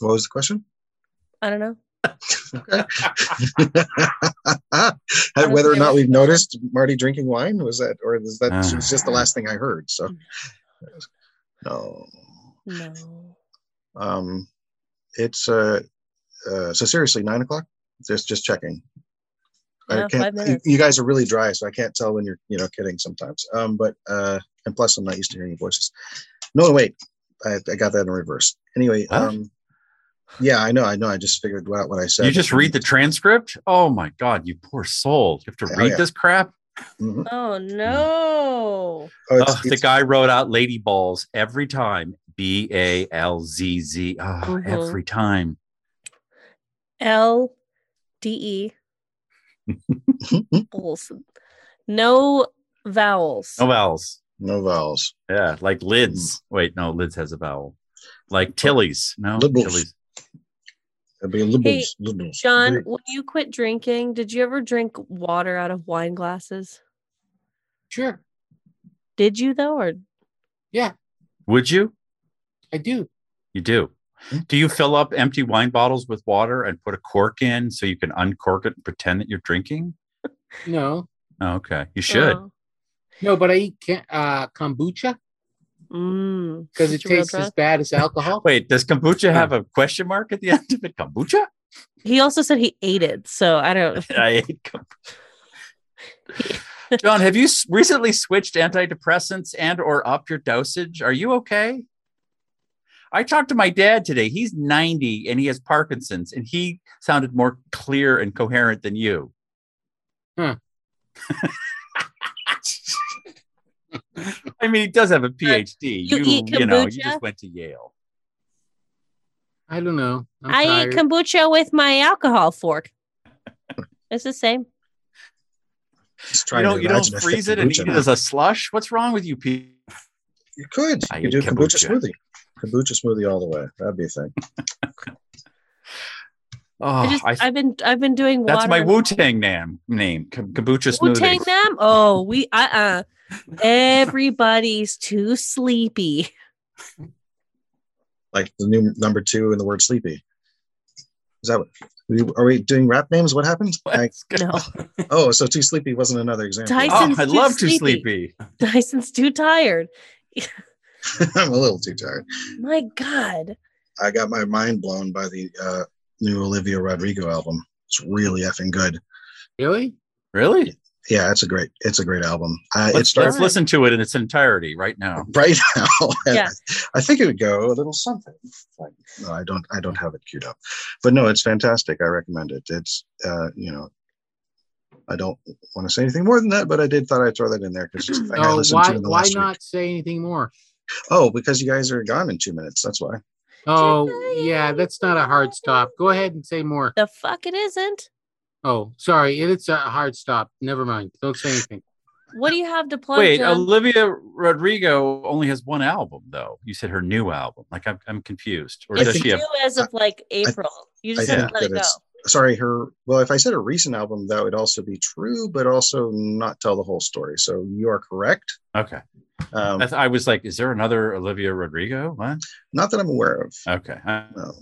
Speaker 5: What was the question?
Speaker 2: i don't know
Speaker 5: Okay. Whether or not we've noticed Marty drinking wine was that, or is that
Speaker 4: Ah. Hmm.
Speaker 5: was just the last thing I heard? So, no.
Speaker 2: no
Speaker 5: Um, it's uh, uh, so seriously nine o'clock. Just just checking.
Speaker 2: yeah,
Speaker 5: I
Speaker 2: five
Speaker 5: can't. You,
Speaker 2: minutes
Speaker 5: you guys are really dry, so I can't tell when you're you know kidding sometimes. Um, but uh, and plus I'm not used to hearing your voices. No, wait, I, I got that in reverse. Anyway,
Speaker 4: What?
Speaker 5: um, yeah, I know, I know. I just figured out what I said.
Speaker 4: You just read the transcript? Oh my god, you poor soul. You have
Speaker 5: Oh,
Speaker 4: to read
Speaker 5: yeah.
Speaker 4: this crap?
Speaker 5: Mhm.
Speaker 2: oh no
Speaker 5: Oh, it's,
Speaker 4: Ugh, the
Speaker 5: it's-
Speaker 4: guy wrote out lady balls every time. B A L Z Z. Oh,
Speaker 2: Mhm.
Speaker 4: Every time.
Speaker 2: l d e bulls no vowels
Speaker 4: No vowels.
Speaker 5: No vowels.
Speaker 4: Yeah, like
Speaker 5: Mm.
Speaker 4: lids. Wait, no, lids has a vowel. Like Tilly's. No,
Speaker 5: Libbles.
Speaker 4: Tilly's.
Speaker 5: It'd be liberals.
Speaker 2: Hey,
Speaker 5: liberals.
Speaker 2: Sean,
Speaker 5: Very-
Speaker 2: when you quit drinking, did you ever drink water out of wine glasses?
Speaker 3: Sure.
Speaker 2: Did you though, or
Speaker 4: Would you?
Speaker 3: I do.
Speaker 4: You do.
Speaker 5: Hmm?
Speaker 4: Do you fill up empty wine bottles with water and put a cork in so you can uncork it and pretend that you're drinking?
Speaker 3: No.
Speaker 4: Oh, okay, you should.
Speaker 2: Oh.
Speaker 3: No, but I eat can- uh, kombucha
Speaker 2: Mm.
Speaker 3: because it
Speaker 2: Such a real
Speaker 3: tastes as
Speaker 2: drug.
Speaker 3: bad as alcohol.
Speaker 4: Wait, does
Speaker 5: Hmm.
Speaker 4: kombucha have a question mark at the end of it? Kombucha?
Speaker 2: He also said he ate it, so I don't.
Speaker 4: I hate kombucha. John, have you s- recently switched antidepressants and or up your dosage? Are you okay? I talked to my dad today. He's 90 and he has Parkinson's and he sounded more clear and coherent than you.
Speaker 5: Hmm.
Speaker 3: Huh.
Speaker 4: I mean, he does have a PhD. You,
Speaker 2: eat
Speaker 4: you know, you
Speaker 2: kombucha?
Speaker 4: just went to Yale.
Speaker 3: I don't know. I'm
Speaker 2: I
Speaker 3: tired.
Speaker 2: eat kombucha with my alcohol fork. it's the same.
Speaker 5: Just
Speaker 4: You
Speaker 5: trying to
Speaker 4: don't, you don't
Speaker 5: imagine a thick
Speaker 4: freeze it and
Speaker 5: kombucha
Speaker 4: eat it
Speaker 5: now.
Speaker 4: as a slush. What's wrong with you, people?
Speaker 5: You could.
Speaker 4: I
Speaker 5: You could do
Speaker 4: eat
Speaker 5: a kombucha
Speaker 4: Ah, kombucha.
Speaker 5: smoothie. Kombucha smoothie all the way. That'd be a thing.
Speaker 4: Oh,
Speaker 2: I just,
Speaker 4: I-
Speaker 2: I have been, I've been doing.
Speaker 4: That's
Speaker 2: water
Speaker 4: my
Speaker 2: and-
Speaker 4: Wu Tang name. Name K- kombucha
Speaker 2: Wu
Speaker 4: smoothie.
Speaker 2: Tang them? Oh, we uh uh everybody's too sleepy.
Speaker 5: Like the new number two in the word sleepy. Is that what? we- Are we doing rap names? What happened? Like,
Speaker 4: What's going-
Speaker 2: No,
Speaker 5: oh, so too sleepy wasn't another example.
Speaker 4: Oh,
Speaker 2: Tyson's
Speaker 4: I
Speaker 2: too
Speaker 4: love too
Speaker 2: sleepy.
Speaker 4: sleepy.
Speaker 2: Dyson's too tired.
Speaker 5: I'm a little too tired.
Speaker 2: My God,
Speaker 5: I got my mind blown by the uh, new Olivia Rodrigo album. It's really effing good.
Speaker 3: Really?
Speaker 4: Really?
Speaker 5: Yeah, it's a great. It's a great album. Uh, it
Speaker 4: Let's,
Speaker 5: starts
Speaker 4: let's listen to it in its entirety right now.
Speaker 5: right now.
Speaker 2: Yeah.
Speaker 5: I think it would go a little something. Like, no, I don't. I don't have it queued up, but no, it's fantastic. I recommend it. It's uh, you know, I don't want to say anything more than that, but I did thought I'd throw that in there because it's the thing I
Speaker 3: Oh,
Speaker 5: listened
Speaker 3: why?
Speaker 5: to in the
Speaker 3: Why
Speaker 5: last
Speaker 3: not
Speaker 5: week.
Speaker 3: say anything more?
Speaker 5: Oh, because you guys are gone in two minutes. That's why.
Speaker 3: Oh, yeah, that's not a hard stop. Go ahead and say more.
Speaker 2: the fuck it isn't.
Speaker 3: Oh, sorry, it's a hard stop. Never mind. Don't say anything.
Speaker 2: What do you have to plug?
Speaker 4: Wait,
Speaker 2: John?
Speaker 4: Olivia Rodrigo only has one album though. You said her new album. Like I'm, I'm confused. Or does
Speaker 2: it's
Speaker 4: she
Speaker 2: new
Speaker 4: have?
Speaker 2: as of like April. You just
Speaker 5: I
Speaker 2: have
Speaker 5: think
Speaker 2: to let
Speaker 5: that
Speaker 2: it go.
Speaker 5: it's- Sorry, her. Well, if I said a recent album, that would also be true, but also not tell the whole story. So you are correct.
Speaker 4: Okay,
Speaker 5: Um,
Speaker 4: That's- I was like, is there another Olivia Rodrigo? What?
Speaker 5: not that I'm aware of.
Speaker 4: Okay, I-
Speaker 5: No.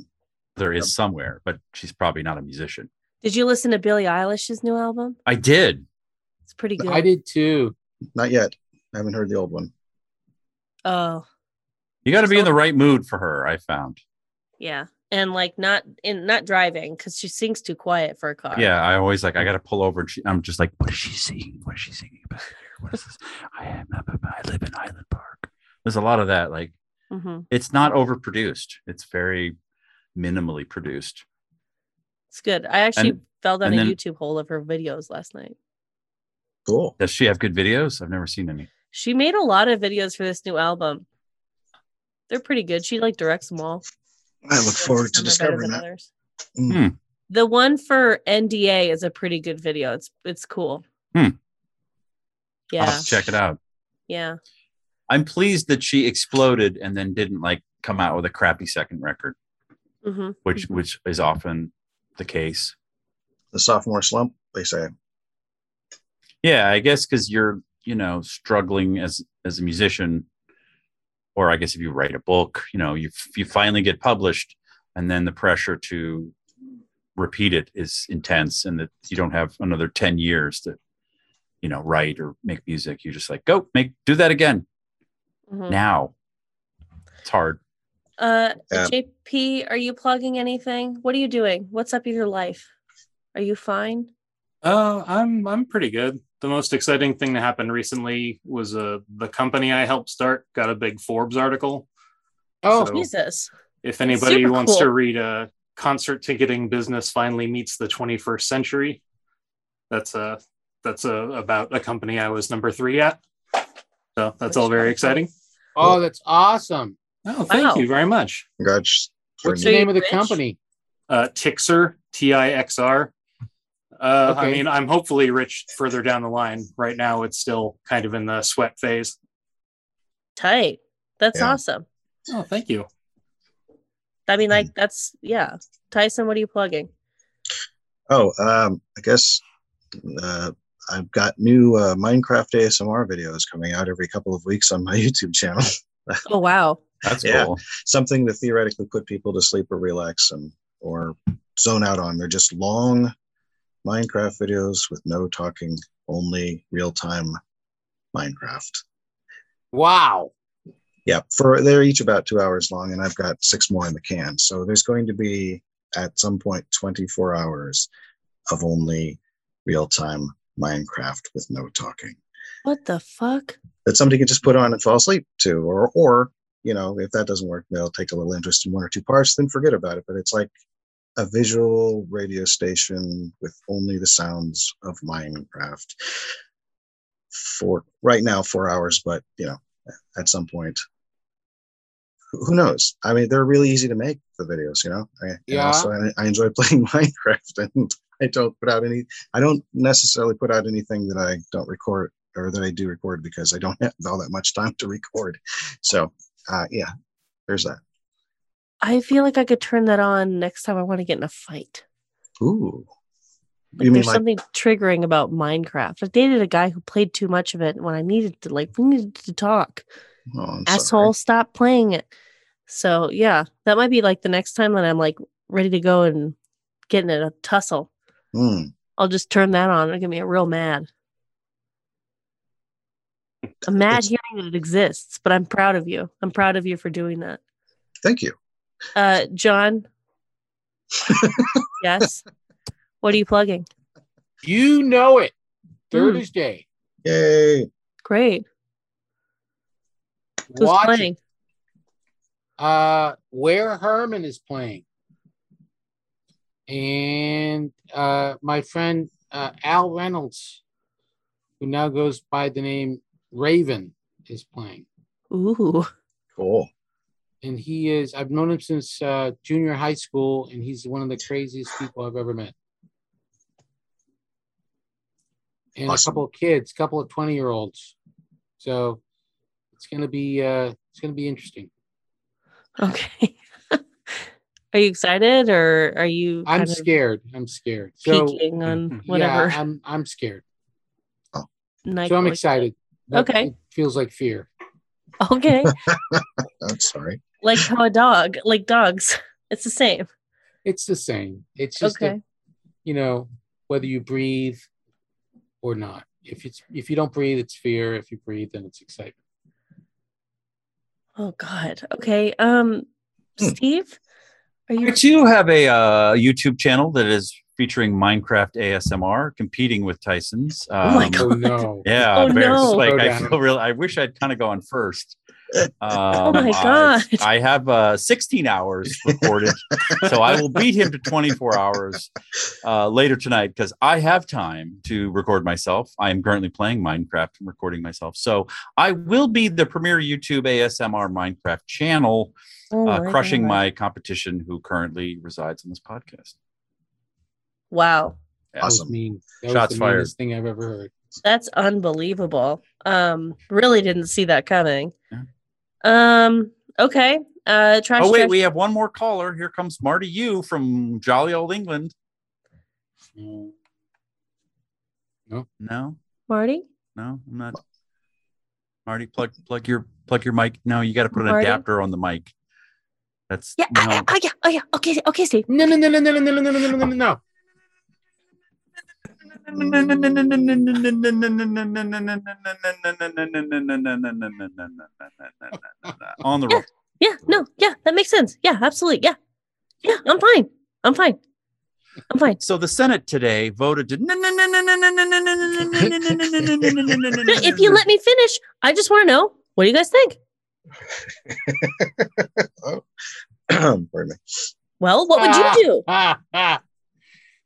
Speaker 4: there is somewhere, but she's probably not a musician.
Speaker 2: Did you listen to Billie Eilish's new album?
Speaker 4: I did.
Speaker 2: It's pretty good.
Speaker 3: I did too.
Speaker 5: Not yet. I haven't heard the old one.
Speaker 2: Oh,
Speaker 4: You got to be in the right mood for her. I found.
Speaker 2: yeah, and like not in not driving because she sings too quiet for a car.
Speaker 4: Yeah, I always like I gotta pull over and she, I'm just like, what is she singing? What is she singing about here? What is this? I am up I live in Island Park. There's a lot of that. Like
Speaker 2: hmm
Speaker 4: it's not overproduced. It's very minimally produced.
Speaker 2: it's good. I actually
Speaker 4: And-
Speaker 2: fell down a
Speaker 4: and then-
Speaker 2: YouTube hole of her videos last night.
Speaker 5: Cool.
Speaker 4: Does she have good videos? I've never seen any.
Speaker 2: She made a lot of videos for this new album. They're pretty good. She like directs them all.
Speaker 5: I look forward to
Speaker 2: Some are better than
Speaker 5: discovering that. Mm.
Speaker 2: others.
Speaker 4: Hmm.
Speaker 2: The one for NDA is a pretty good video. It's it's cool.
Speaker 4: Hmm. I'll
Speaker 2: Yeah,
Speaker 4: have to check it out.
Speaker 2: yeah.
Speaker 4: I'm pleased that she exploded and then didn't like come out with a crappy second record,
Speaker 2: hmm
Speaker 4: which which is often the case.
Speaker 5: The sophomore slump, they say.
Speaker 4: Yeah, I guess because you're, you know, struggling as as a musician, or I guess if you write a book, you know, you you finally get published, and then the pressure to repeat it is intense, and that you don't have another ten years to, you know, write or make music. You just like go make do that again
Speaker 2: hmm
Speaker 4: now. It's hard.
Speaker 2: Uh,
Speaker 5: Yeah.
Speaker 2: JP, are you plugging anything? What are you doing? What's up with your life? Are you fine?
Speaker 6: Uh, I'm I'm pretty good. The most exciting thing that happened recently was uh, the company I helped start got a big Forbes article.
Speaker 3: Oh,
Speaker 6: So-
Speaker 2: Jesus.
Speaker 6: If anybody
Speaker 2: Super
Speaker 6: wants to
Speaker 2: cool.
Speaker 6: read uh, concert ticketing business finally meets the 21st century, that's uh that's uh, about a company I was number three at. So that's
Speaker 2: Which
Speaker 6: all
Speaker 2: one?
Speaker 6: very exciting.
Speaker 3: oh, that's awesome.
Speaker 6: Oh,
Speaker 2: Wow.
Speaker 6: thank you very much.
Speaker 5: Congrats. for
Speaker 3: What's
Speaker 5: me.
Speaker 3: the
Speaker 2: Are you
Speaker 3: name of the
Speaker 2: rich?
Speaker 3: company?
Speaker 6: Uh, Tixer, T I X R. Uh, I
Speaker 3: Okay.
Speaker 6: mean, I'm hopefully rich further down the line. Right now, it's still kind of in the sweat phase.
Speaker 2: tight. That's
Speaker 5: Yeah.
Speaker 2: awesome.
Speaker 6: Oh, thank you.
Speaker 2: I mean,
Speaker 5: Mm.
Speaker 2: like that's yeah. Tyson, what are you plugging?
Speaker 5: Oh, um, I guess uh, I've got new uh, Minecraft ASMR videos coming out every couple of weeks on my YouTube channel.
Speaker 2: Oh wow.
Speaker 4: That's
Speaker 5: Yeah.
Speaker 4: cool.
Speaker 5: Something to theoretically put people to sleep or relax and or zone out on. They're just long Minecraft videos with no talking, only real time Minecraft.
Speaker 3: Wow.
Speaker 5: Yeah, for they're each about two hours long, and I've got six more in the can. So there's going to be at some point 24 hours of only real time Minecraft with no talking
Speaker 2: What the fuck?
Speaker 5: that somebody could just put on and fall asleep to, or or you know if that doesn't work, they'll take a little interest in one or two parts, then forget about it. But it's like a visual radio station with only the sounds of Minecraft for right now four hours, but you know at some point. who- Who knows? I mean, they're really easy to make the videos, you know. I,
Speaker 3: Yeah.
Speaker 5: So I, I enjoy playing Minecraft, and I don't put out any. I don't necessarily put out anything that I don't record or that I do record because I don't have all that much time to record. So, uh, yeah, there's that.
Speaker 2: I feel like I could turn that on next time I want to get in a fight.
Speaker 5: Ooh,
Speaker 2: Like,
Speaker 5: You mean
Speaker 2: there's
Speaker 5: like-
Speaker 2: something triggering about Minecraft. I dated a guy who played too much of it when I needed to like we needed to talk.
Speaker 5: oh, I'm sorry.
Speaker 2: Asshole, stop playing it. So yeah, that might be like the next time that I'm like ready to go and get in a tussle.
Speaker 5: Hmm.
Speaker 2: I'll just turn that on. It'll get me real mad. I'm mad
Speaker 5: It's-
Speaker 2: hearing that it exists, but I'm proud of you. I'm proud of you for doing that.
Speaker 5: Thank you.
Speaker 2: Uh, John. yes. What are you plugging?
Speaker 3: You know it.
Speaker 2: Hmm.
Speaker 3: Thursday.
Speaker 5: Yay.
Speaker 2: Great. Who's
Speaker 3: Watch it.
Speaker 2: playing?
Speaker 3: uh, where Herman is playing. And uh, my friend uh, Al Reynolds, who now goes by the name Raven, is playing.
Speaker 2: Ooh.
Speaker 5: Cool.
Speaker 3: And he is, I've known him since uh, junior high school, and he's one of the craziest people I've ever met. And a
Speaker 5: Awesome.
Speaker 3: couple of kids, couple of 20 year olds. So it's going to be, uh, it's going to be interesting.
Speaker 2: Okay. are you excited or are you
Speaker 3: I'm
Speaker 2: kind of
Speaker 3: scared. I'm scared. So
Speaker 2: peeking on
Speaker 6: Mhm.
Speaker 2: whatever
Speaker 3: Yeah, I'm I'm scared.
Speaker 2: night?
Speaker 3: So I'm
Speaker 2: goes?
Speaker 3: excited. but
Speaker 2: Okay.
Speaker 3: It feels like fear.
Speaker 2: Okay.
Speaker 5: I'm sorry.
Speaker 2: like how a dog, like dogs. It's the same.
Speaker 3: It's the same. It's just a-
Speaker 2: okay.
Speaker 3: you know, whether you breathe or not. If it's if you don't breathe, it's fear. If you breathe, then it's excitement.
Speaker 2: Oh God. Okay. Um
Speaker 5: Hmm.
Speaker 2: Steve, are
Speaker 4: I
Speaker 2: you
Speaker 4: too have a uh, YouTube channel that is featuring Minecraft ASMR, competing with Tyson's. Um,
Speaker 2: Oh my God.
Speaker 3: Oh no.
Speaker 4: Yeah,
Speaker 2: Oh,
Speaker 4: I'm very-
Speaker 2: no. Oh
Speaker 4: like
Speaker 3: Slow
Speaker 4: I
Speaker 3: down.
Speaker 4: feel real. I wish I'd kind of gone first. Um,
Speaker 2: my
Speaker 4: I-
Speaker 2: God.
Speaker 4: I, have uh, 16 hours recorded, so I will beat him to 24 hours uh, later tonight because I have time to record myself. I am currently playing Minecraft and recording myself, so I will be the premier YouTube ASMR Minecraft channel,
Speaker 2: Oh,
Speaker 4: uh, crushing
Speaker 2: God.
Speaker 4: my competition who currently resides on this podcast.
Speaker 2: Wow.
Speaker 3: That was
Speaker 5: Awesome.
Speaker 3: mean. That
Speaker 4: Shots
Speaker 3: was the
Speaker 4: fired.
Speaker 3: meanest thing I've ever heard.
Speaker 2: That's unbelievable. Um really didn't see that coming.
Speaker 4: Yeah.
Speaker 2: Um okay. Uh trash
Speaker 4: Oh wait,
Speaker 2: trash-
Speaker 4: we have one more caller. Here comes Marty U from jolly old England.
Speaker 3: Mm.
Speaker 4: No.
Speaker 2: Marty?
Speaker 4: No, I'm not. Marty, plug plug your plug your mic. No, you got to put an
Speaker 2: Marty?
Speaker 4: adapter on the mic. That's
Speaker 2: Yeah.
Speaker 4: no.
Speaker 2: ah, ah, ah, yeah. Oh yeah. Okay. Okay, Steve.
Speaker 3: No no no no no no no no no no no no no.
Speaker 4: on the rock.
Speaker 2: Yeah, no, yeah, that makes sense. Yeah, absolutely. Yeah, yeah, I'm fine. I'm fine. I'm fine.
Speaker 4: So the Senate today voted to.
Speaker 2: If
Speaker 4: If
Speaker 2: you let me finish, I just want to know what do you guys think?
Speaker 5: Pardon me.
Speaker 2: Well, what would
Speaker 3: Ah,
Speaker 2: you do?
Speaker 3: Ah, ah.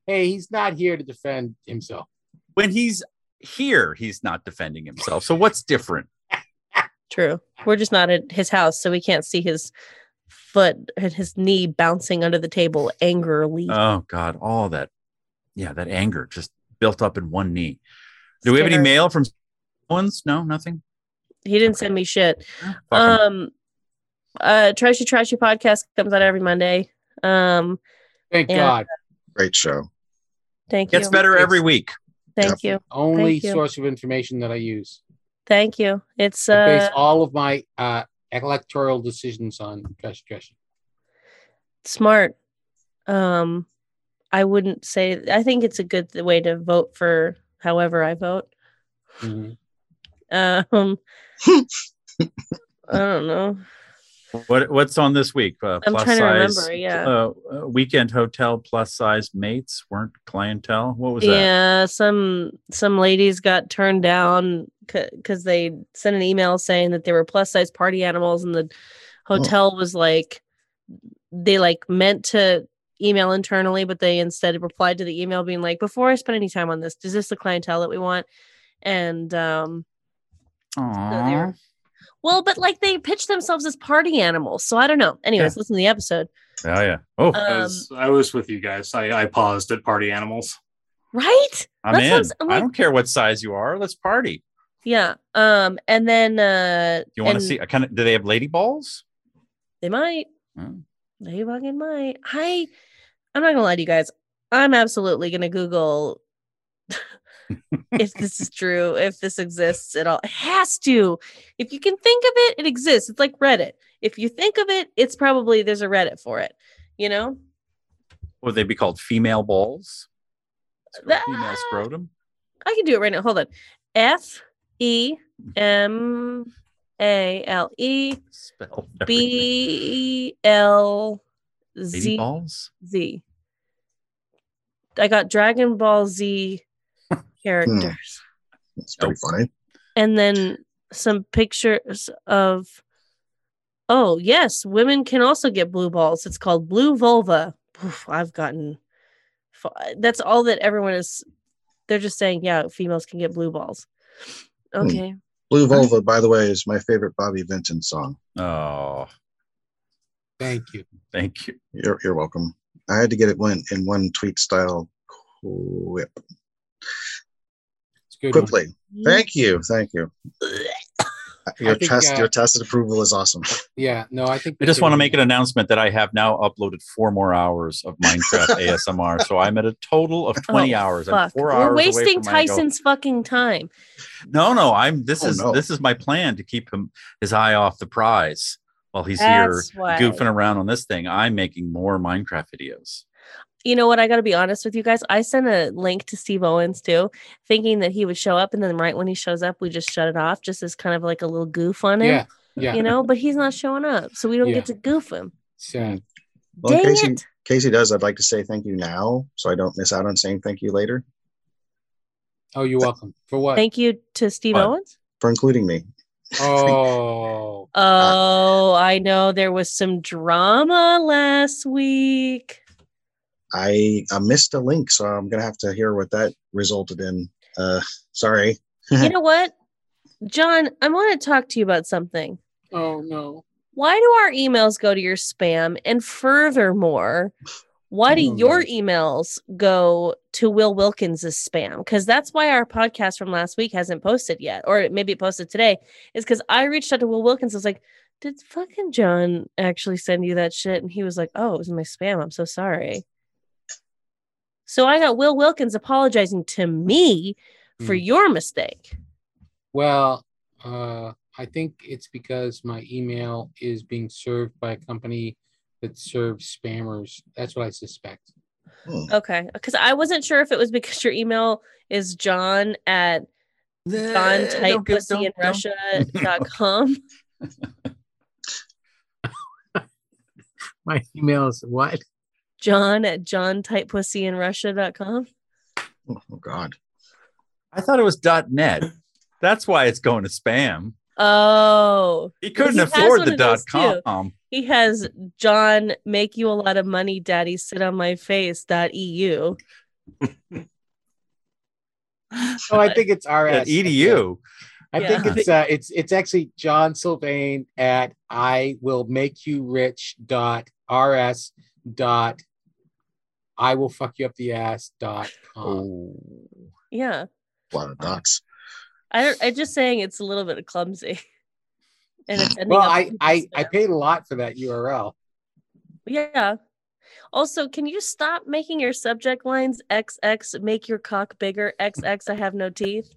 Speaker 3: Hey, he's not here to defend himself.
Speaker 4: when he's here, he's not defending himself. So what's different?
Speaker 2: True. We're just not at his house, so we can't see his foot and his knee bouncing under the table angrily.
Speaker 4: Oh God, all that, yeah, that anger just built up in one knee. Do we have any mail from ones? No, nothing.
Speaker 2: He didn't send me shit.
Speaker 4: Fucking-
Speaker 2: Um, uh, Trashy Trashy podcast comes out every Monday. Um,
Speaker 3: Thank
Speaker 2: Yeah.
Speaker 3: God.
Speaker 5: Great show.
Speaker 2: thank
Speaker 4: gets
Speaker 2: you.
Speaker 4: better every week.
Speaker 2: Thank you.
Speaker 3: Only
Speaker 2: Thank you.
Speaker 3: source of information that I use.
Speaker 2: Thank you. It's
Speaker 3: I base
Speaker 2: uh,
Speaker 3: all of my uh, electoral decisions on Trash Trash.
Speaker 2: smart. Um, I wouldn't say. I think it's a good way to vote for however I vote.
Speaker 3: Mhm.
Speaker 2: Um, I don't know.
Speaker 4: What what's on this week? Uh,
Speaker 2: I'm
Speaker 4: plus
Speaker 2: trying to
Speaker 4: size,
Speaker 2: remember, yeah.
Speaker 4: uh, uh, weekend hotel plus size mates weren't clientele. What was that?
Speaker 2: Yeah, some some ladies got turned down because they sent an email saying that they were plus size party animals, and the
Speaker 4: Oh.
Speaker 2: hotel was like, they like meant to email internally, but they instead replied to the email being like, "Before I spend any time on this, is this the clientele that we want?" And um, so they
Speaker 4: Aw.
Speaker 2: were- well, but like they pitched themselves as party animals, so I don't know. Anyways, listen to the episode.
Speaker 4: Oh yeah. Oh,
Speaker 2: Uh,
Speaker 6: I, was, I was with you guys. I, I paused at party animals.
Speaker 2: Right?
Speaker 4: I'm
Speaker 2: that's what
Speaker 4: in.
Speaker 2: I'm
Speaker 4: I'm
Speaker 2: s- I'm
Speaker 4: I
Speaker 2: like-
Speaker 4: do not care what size you are. Let's party.
Speaker 2: Yeah. Um, and then uh,
Speaker 4: You want
Speaker 2: and
Speaker 4: to see? Kind of. Do they have lady balls?
Speaker 2: They might.
Speaker 4: Mm.
Speaker 2: They fucking might. I I'm not gonna lie to you guys. I'm absolutely gonna Google if this is true, if this exists at all. It has to. If you can think of it, it exists. It's like Reddit. If you think of it, it's probably there's a Reddit for it. You know?
Speaker 4: Would they be called female balls?
Speaker 2: That-
Speaker 4: female scrotum.
Speaker 2: I can do it right now. Hold on. F E M A L E
Speaker 4: Spell
Speaker 2: B L
Speaker 4: lady
Speaker 2: Z
Speaker 4: balls.
Speaker 2: Z. I got Dragon Ball Z characters.
Speaker 5: It's pretty funny.
Speaker 2: And then some pictures of Oh, yes, women can also get blue balls. It's called blue vulva. Oof, I've gotten fa- that's all that everyone is they're just saying, yeah, females can get blue balls.
Speaker 4: Hmm.
Speaker 2: Okay.
Speaker 5: Blue Vulva, by the way, is my favorite Bobby Vinton song.
Speaker 4: Oh,
Speaker 3: Thank you.
Speaker 4: thank you.
Speaker 5: You're, you're welcome. I had to get it one in one tweet style quip,
Speaker 3: It's a good. one.
Speaker 5: quickly. Thank you, thank you. Your
Speaker 3: think,
Speaker 5: test,
Speaker 3: uh,
Speaker 5: your tacit approval is awesome.
Speaker 3: Yeah. No, I think
Speaker 4: I
Speaker 3: we
Speaker 4: just
Speaker 3: should
Speaker 4: want to
Speaker 3: end
Speaker 4: make
Speaker 3: it.
Speaker 4: an announcement that I have now uploaded four more hours of Minecraft ASMR. So I'm at a total of 20
Speaker 2: Oh,
Speaker 4: hours. I'm
Speaker 2: Fuck.
Speaker 4: four
Speaker 2: We're
Speaker 4: hours away
Speaker 2: wasting
Speaker 4: from my goal.
Speaker 2: Tyson's fucking time.
Speaker 4: No, no, I'm this
Speaker 5: Oh,
Speaker 4: is
Speaker 5: no.
Speaker 4: this is my plan to keep him his eye off the prize while he's
Speaker 2: That's
Speaker 4: here
Speaker 2: why.
Speaker 4: goofing around on this thing. I'm making more Minecraft videos.
Speaker 2: you know what? I got to be honest with you guys. I sent a link to Steve Owens too, thinking that he would show up. And then right when he shows up, we just shut it off, just as kind of like a little goof on him,
Speaker 3: Yeah. Yeah.
Speaker 2: you know? But he's not showing up. So we don't
Speaker 3: Yeah.
Speaker 2: get to goof him.
Speaker 3: So,
Speaker 5: Well,
Speaker 2: Dang
Speaker 5: in case you-
Speaker 2: it.
Speaker 5: Casey does. I'd like to say thank you now, so I don't miss out on saying thank you later
Speaker 3: oh, you're welcome. For what?
Speaker 2: Thank you to Steve
Speaker 4: What?
Speaker 2: Owens.
Speaker 5: for including me.
Speaker 3: oh.
Speaker 2: Oh, I know there was some drama last week.
Speaker 5: I, I missed a link, so I'm gonna have to hear what that resulted in. Uh, sorry.
Speaker 2: you
Speaker 5: Mm-hmm.
Speaker 2: know what? John, I want to talk to you about something.
Speaker 3: Oh no.
Speaker 2: why do our emails go to your spam? And furthermore, why do
Speaker 5: Oh,
Speaker 2: your
Speaker 5: no.
Speaker 2: emails go to Will Wilkins's spam? Because that's why our podcast from last week hasn't posted yet, or it- maybe it posted today, is because I reached out to Will Wilkins. I was like, did fucking John actually send you that shit? And he was like, oh, it was in my spam. I'm so sorry. So I got Will Wilkins apologizing to me for
Speaker 5: Mm.
Speaker 3: Hmm.
Speaker 2: your mistake.
Speaker 3: Well, uh, I think it's because my email is being served by a company that serves spammers. That's what I suspect.
Speaker 5: Hmm.
Speaker 2: Okay. Because I wasn't sure if it was because your email is john at
Speaker 3: Uh,
Speaker 2: John
Speaker 5: Eh,
Speaker 2: type pussy in Russia dot com.
Speaker 3: My email is what?
Speaker 2: John at John type pussy in Russia dot com.
Speaker 5: Oh, oh, God.
Speaker 4: I thought it was .net. That's why it's going to spam.
Speaker 2: Oh,
Speaker 4: He couldn't
Speaker 2: he has
Speaker 4: afford
Speaker 2: one
Speaker 4: the
Speaker 2: of those,
Speaker 4: dot
Speaker 2: too.
Speaker 4: com.
Speaker 2: he has John make you a lot of money, daddy. Sit on my face dot E eu.
Speaker 3: Oh, I think it's RS.
Speaker 4: At E edu.
Speaker 3: I
Speaker 2: Yeah.
Speaker 3: think it's uh, it's it's actually John Sylvain at I will make you rich dot rs dot I will fuck you up the ass dot com.
Speaker 4: Oh.
Speaker 2: Yeah.
Speaker 5: A lot of dots.
Speaker 2: I don't, I'm just saying it's a little bit clumsy. And it's ending
Speaker 3: Well,
Speaker 2: up
Speaker 3: I, I, I
Speaker 2: Instagram.
Speaker 3: paid a lot for that URL.
Speaker 2: Yeah. Also, can you stop making your subject lines XX make your cock bigger? XX I have no teeth.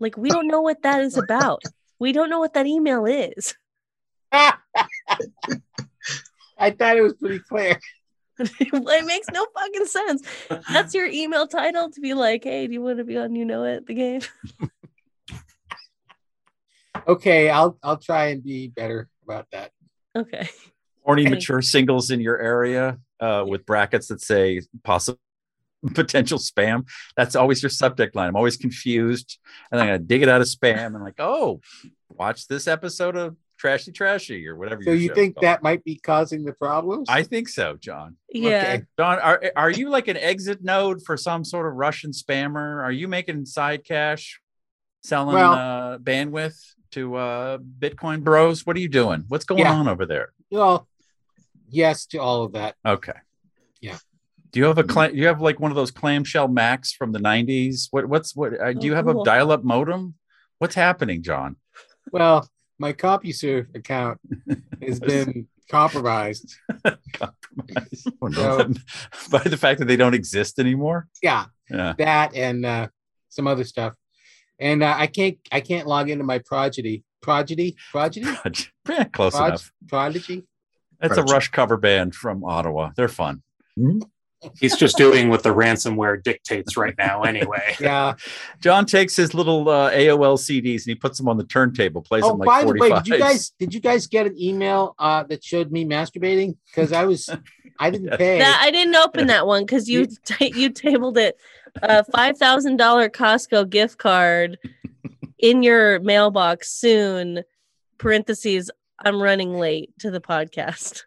Speaker 2: Like we don't know what that is about. We don't know what that email is.
Speaker 3: I thought it was pretty clear.
Speaker 2: it makes no fucking sense. That's your email title to be like, hey, do you want to be on you know it the game?
Speaker 3: Okay, I'll I'll try and be better about that.
Speaker 2: Okay.
Speaker 4: Horny
Speaker 2: Okay.
Speaker 4: mature singles in your area uh, with brackets that say possible potential spam. That's always your subject line. I'm always confused. And then I dig it out of spam and like, oh, watch this episode of Trashy Trashy or whatever.
Speaker 3: So
Speaker 4: your
Speaker 3: you
Speaker 4: show's
Speaker 3: think
Speaker 4: called.
Speaker 3: that might be causing the problems?
Speaker 4: I think so, John.
Speaker 2: Yeah.
Speaker 3: Okay.
Speaker 4: Don, are are you like an exit node for some sort of Russian spammer? Are you making side cash, selling
Speaker 3: Well-
Speaker 4: uh, bandwidth to uh, Bitcoin bros? What are you doing? What's going
Speaker 3: Yeah.
Speaker 4: on over there?
Speaker 3: Well, yes to all of that.
Speaker 4: Okay.
Speaker 3: Yeah. Mm-hmm.
Speaker 4: Do you have a clam? You have like one of those clamshell Macs from the '90s. What what's what? Uh, do you
Speaker 2: Oh,
Speaker 4: have
Speaker 2: cool.
Speaker 4: a dial-up modem? What's happening, John?
Speaker 3: Well, my CompuServe account has been compromised.
Speaker 4: Compromised
Speaker 5: Oh,
Speaker 3: So
Speaker 4: by the fact that they don't exist anymore.
Speaker 3: yeah,
Speaker 4: Yeah.
Speaker 3: that and uh, some other stuff. And uh, I can't I can't log into my Prodigy Prodigy Prodigy
Speaker 4: Yeah, close
Speaker 3: Prod-
Speaker 4: enough.
Speaker 3: Prodigy.
Speaker 4: That's a
Speaker 5: Prodigy.
Speaker 4: Rush cover band from Ottawa. They're fun.
Speaker 6: He's just doing what the ransomware dictates right now, anyway.
Speaker 3: Yeah.
Speaker 4: John takes his little uh, AOL CDs and he puts them on the turntable, plays
Speaker 3: oh,
Speaker 4: them like
Speaker 3: by the
Speaker 4: 45.
Speaker 3: way, did you guys did you guys get an email uh, that showed me masturbating? Because I was I didn't pay.
Speaker 2: That, I didn't open that one because you ta- you tabled it a five thousand dollar Costco gift card in your mailbox soon. Parentheses. I'm running late to the podcast,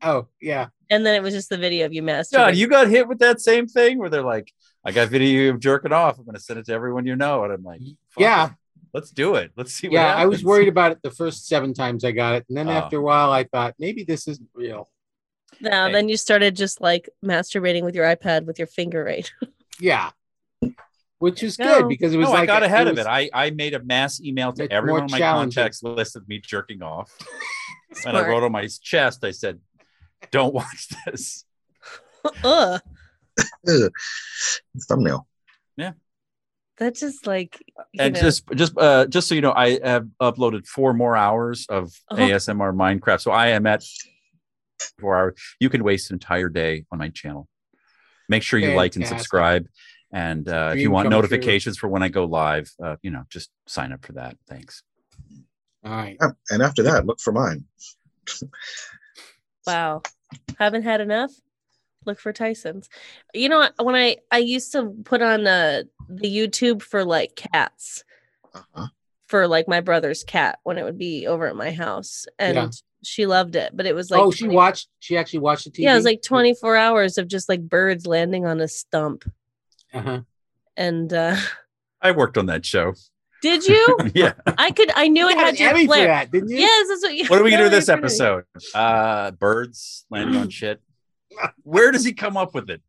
Speaker 3: oh yeah.
Speaker 2: and then it was just the video of you masturbating.
Speaker 4: John, you got hit with that same thing where they're like, I got video of jerking off. I'm going to send it to everyone you know. And I'm like, fuck
Speaker 3: Yeah.
Speaker 4: it. Let's do it. Let's see what
Speaker 3: yeah, I was
Speaker 4: happens.
Speaker 3: worried about it the first seven times I got it, and then
Speaker 4: Oh.
Speaker 3: after a while, I thought maybe this isn't real.
Speaker 2: now,
Speaker 4: Hey.
Speaker 2: then you started just like masturbating with your iPad with your finger right.
Speaker 3: Yeah, which is
Speaker 2: No.
Speaker 3: good because it was
Speaker 4: No,
Speaker 3: like
Speaker 4: I got
Speaker 3: a-
Speaker 4: ahead of
Speaker 3: was-
Speaker 4: it. I, I made a mass email to
Speaker 3: It's
Speaker 4: everyone
Speaker 3: more
Speaker 4: on my
Speaker 3: challenging.
Speaker 4: contacts list of me jerking off. and I
Speaker 2: Smart.
Speaker 4: wrote on my chest, I said, don't watch this.
Speaker 2: Ugh,
Speaker 5: Ugh. Thumbnail.
Speaker 2: that just like you
Speaker 4: and
Speaker 2: know.
Speaker 4: just just uh just so you know i have uploaded four more hours of
Speaker 2: Oh.
Speaker 4: asmr minecraft so i am at four hours you can waste an entire day on my channel make sure you like and
Speaker 3: Fantastic.
Speaker 4: subscribe and uh, if you
Speaker 3: Dream
Speaker 4: want
Speaker 3: come true.
Speaker 4: notifications for when i go live uh, you know just sign up for that thanks
Speaker 3: All right.
Speaker 5: Yep, And after that, look for mine.
Speaker 2: Wow. Haven't had enough? Look for Tyson's. You know, when I I used to put on uh, the YouTube for like cats
Speaker 5: Uh-huh.
Speaker 2: for like my brother's cat when it would be over at my house and
Speaker 3: Yeah.
Speaker 2: she loved it, but it was like
Speaker 3: oh, she
Speaker 2: 20
Speaker 3: watched. She actually watched the TV.
Speaker 2: Yeah, it was like 24 hours of just like birds landing on a stump
Speaker 3: Uh-huh.
Speaker 2: and uh
Speaker 4: i worked on that show
Speaker 2: did you?
Speaker 4: yeah
Speaker 2: I could I knew it
Speaker 3: You got an
Speaker 2: had your
Speaker 3: Emmy for
Speaker 2: flair.
Speaker 3: that, didn't you?
Speaker 2: Yes, that's what you
Speaker 4: what are we gonna do
Speaker 2: that's
Speaker 4: this
Speaker 2: what you're doing.
Speaker 4: episode uh birds landing on shit where does he come up with it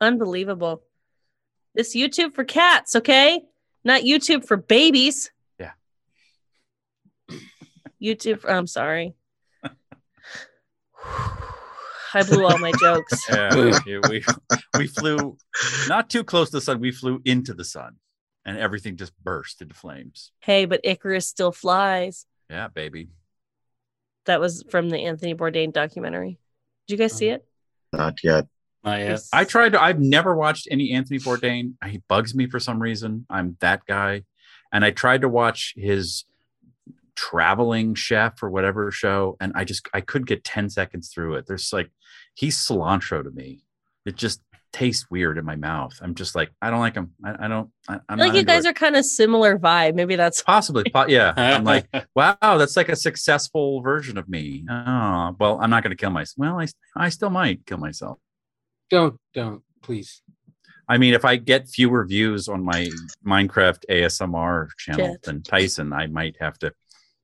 Speaker 2: Unbelievable. This YouTube for cats, okay? Not YouTube for babies.
Speaker 4: Yeah.
Speaker 2: YouTube, for, I'm sorry. I blew all my jokes.
Speaker 4: yeah, we- we, we flew not too close to the sun. We flew into the sun, and everything just burst into flames.
Speaker 2: Hey, but Icarus still flies.
Speaker 4: Yeah, baby.
Speaker 2: That was from the Anthony Bourdain documentary. Did you guys see it?
Speaker 5: Not yet.
Speaker 6: Not yet.
Speaker 4: I tried to. I've never watched any Anthony Bourdain. He bugs me for some reason. I'm that guy, and I tried to watch his traveling chef or whatever show, and I just I could get ten seconds through it. There's like he's cilantro to me. It just tastes weird in my mouth. I'm just like I don't like him. I, I don't. I,
Speaker 2: I
Speaker 4: I'm
Speaker 2: feel like
Speaker 4: not
Speaker 2: you
Speaker 4: into
Speaker 2: guys
Speaker 4: it.
Speaker 2: are kind of similar vibe. Maybe that's
Speaker 4: possibly. po- yeah, I'm like. wow, that's like a successful version of me. Oh, well, I'm not going to kill myself. Well, I, I still might kill myself.
Speaker 3: Don't, don't, please.
Speaker 4: I mean, if I get fewer views on my Minecraft ASMR channel
Speaker 2: Shit.
Speaker 4: than Tyson, I might have to.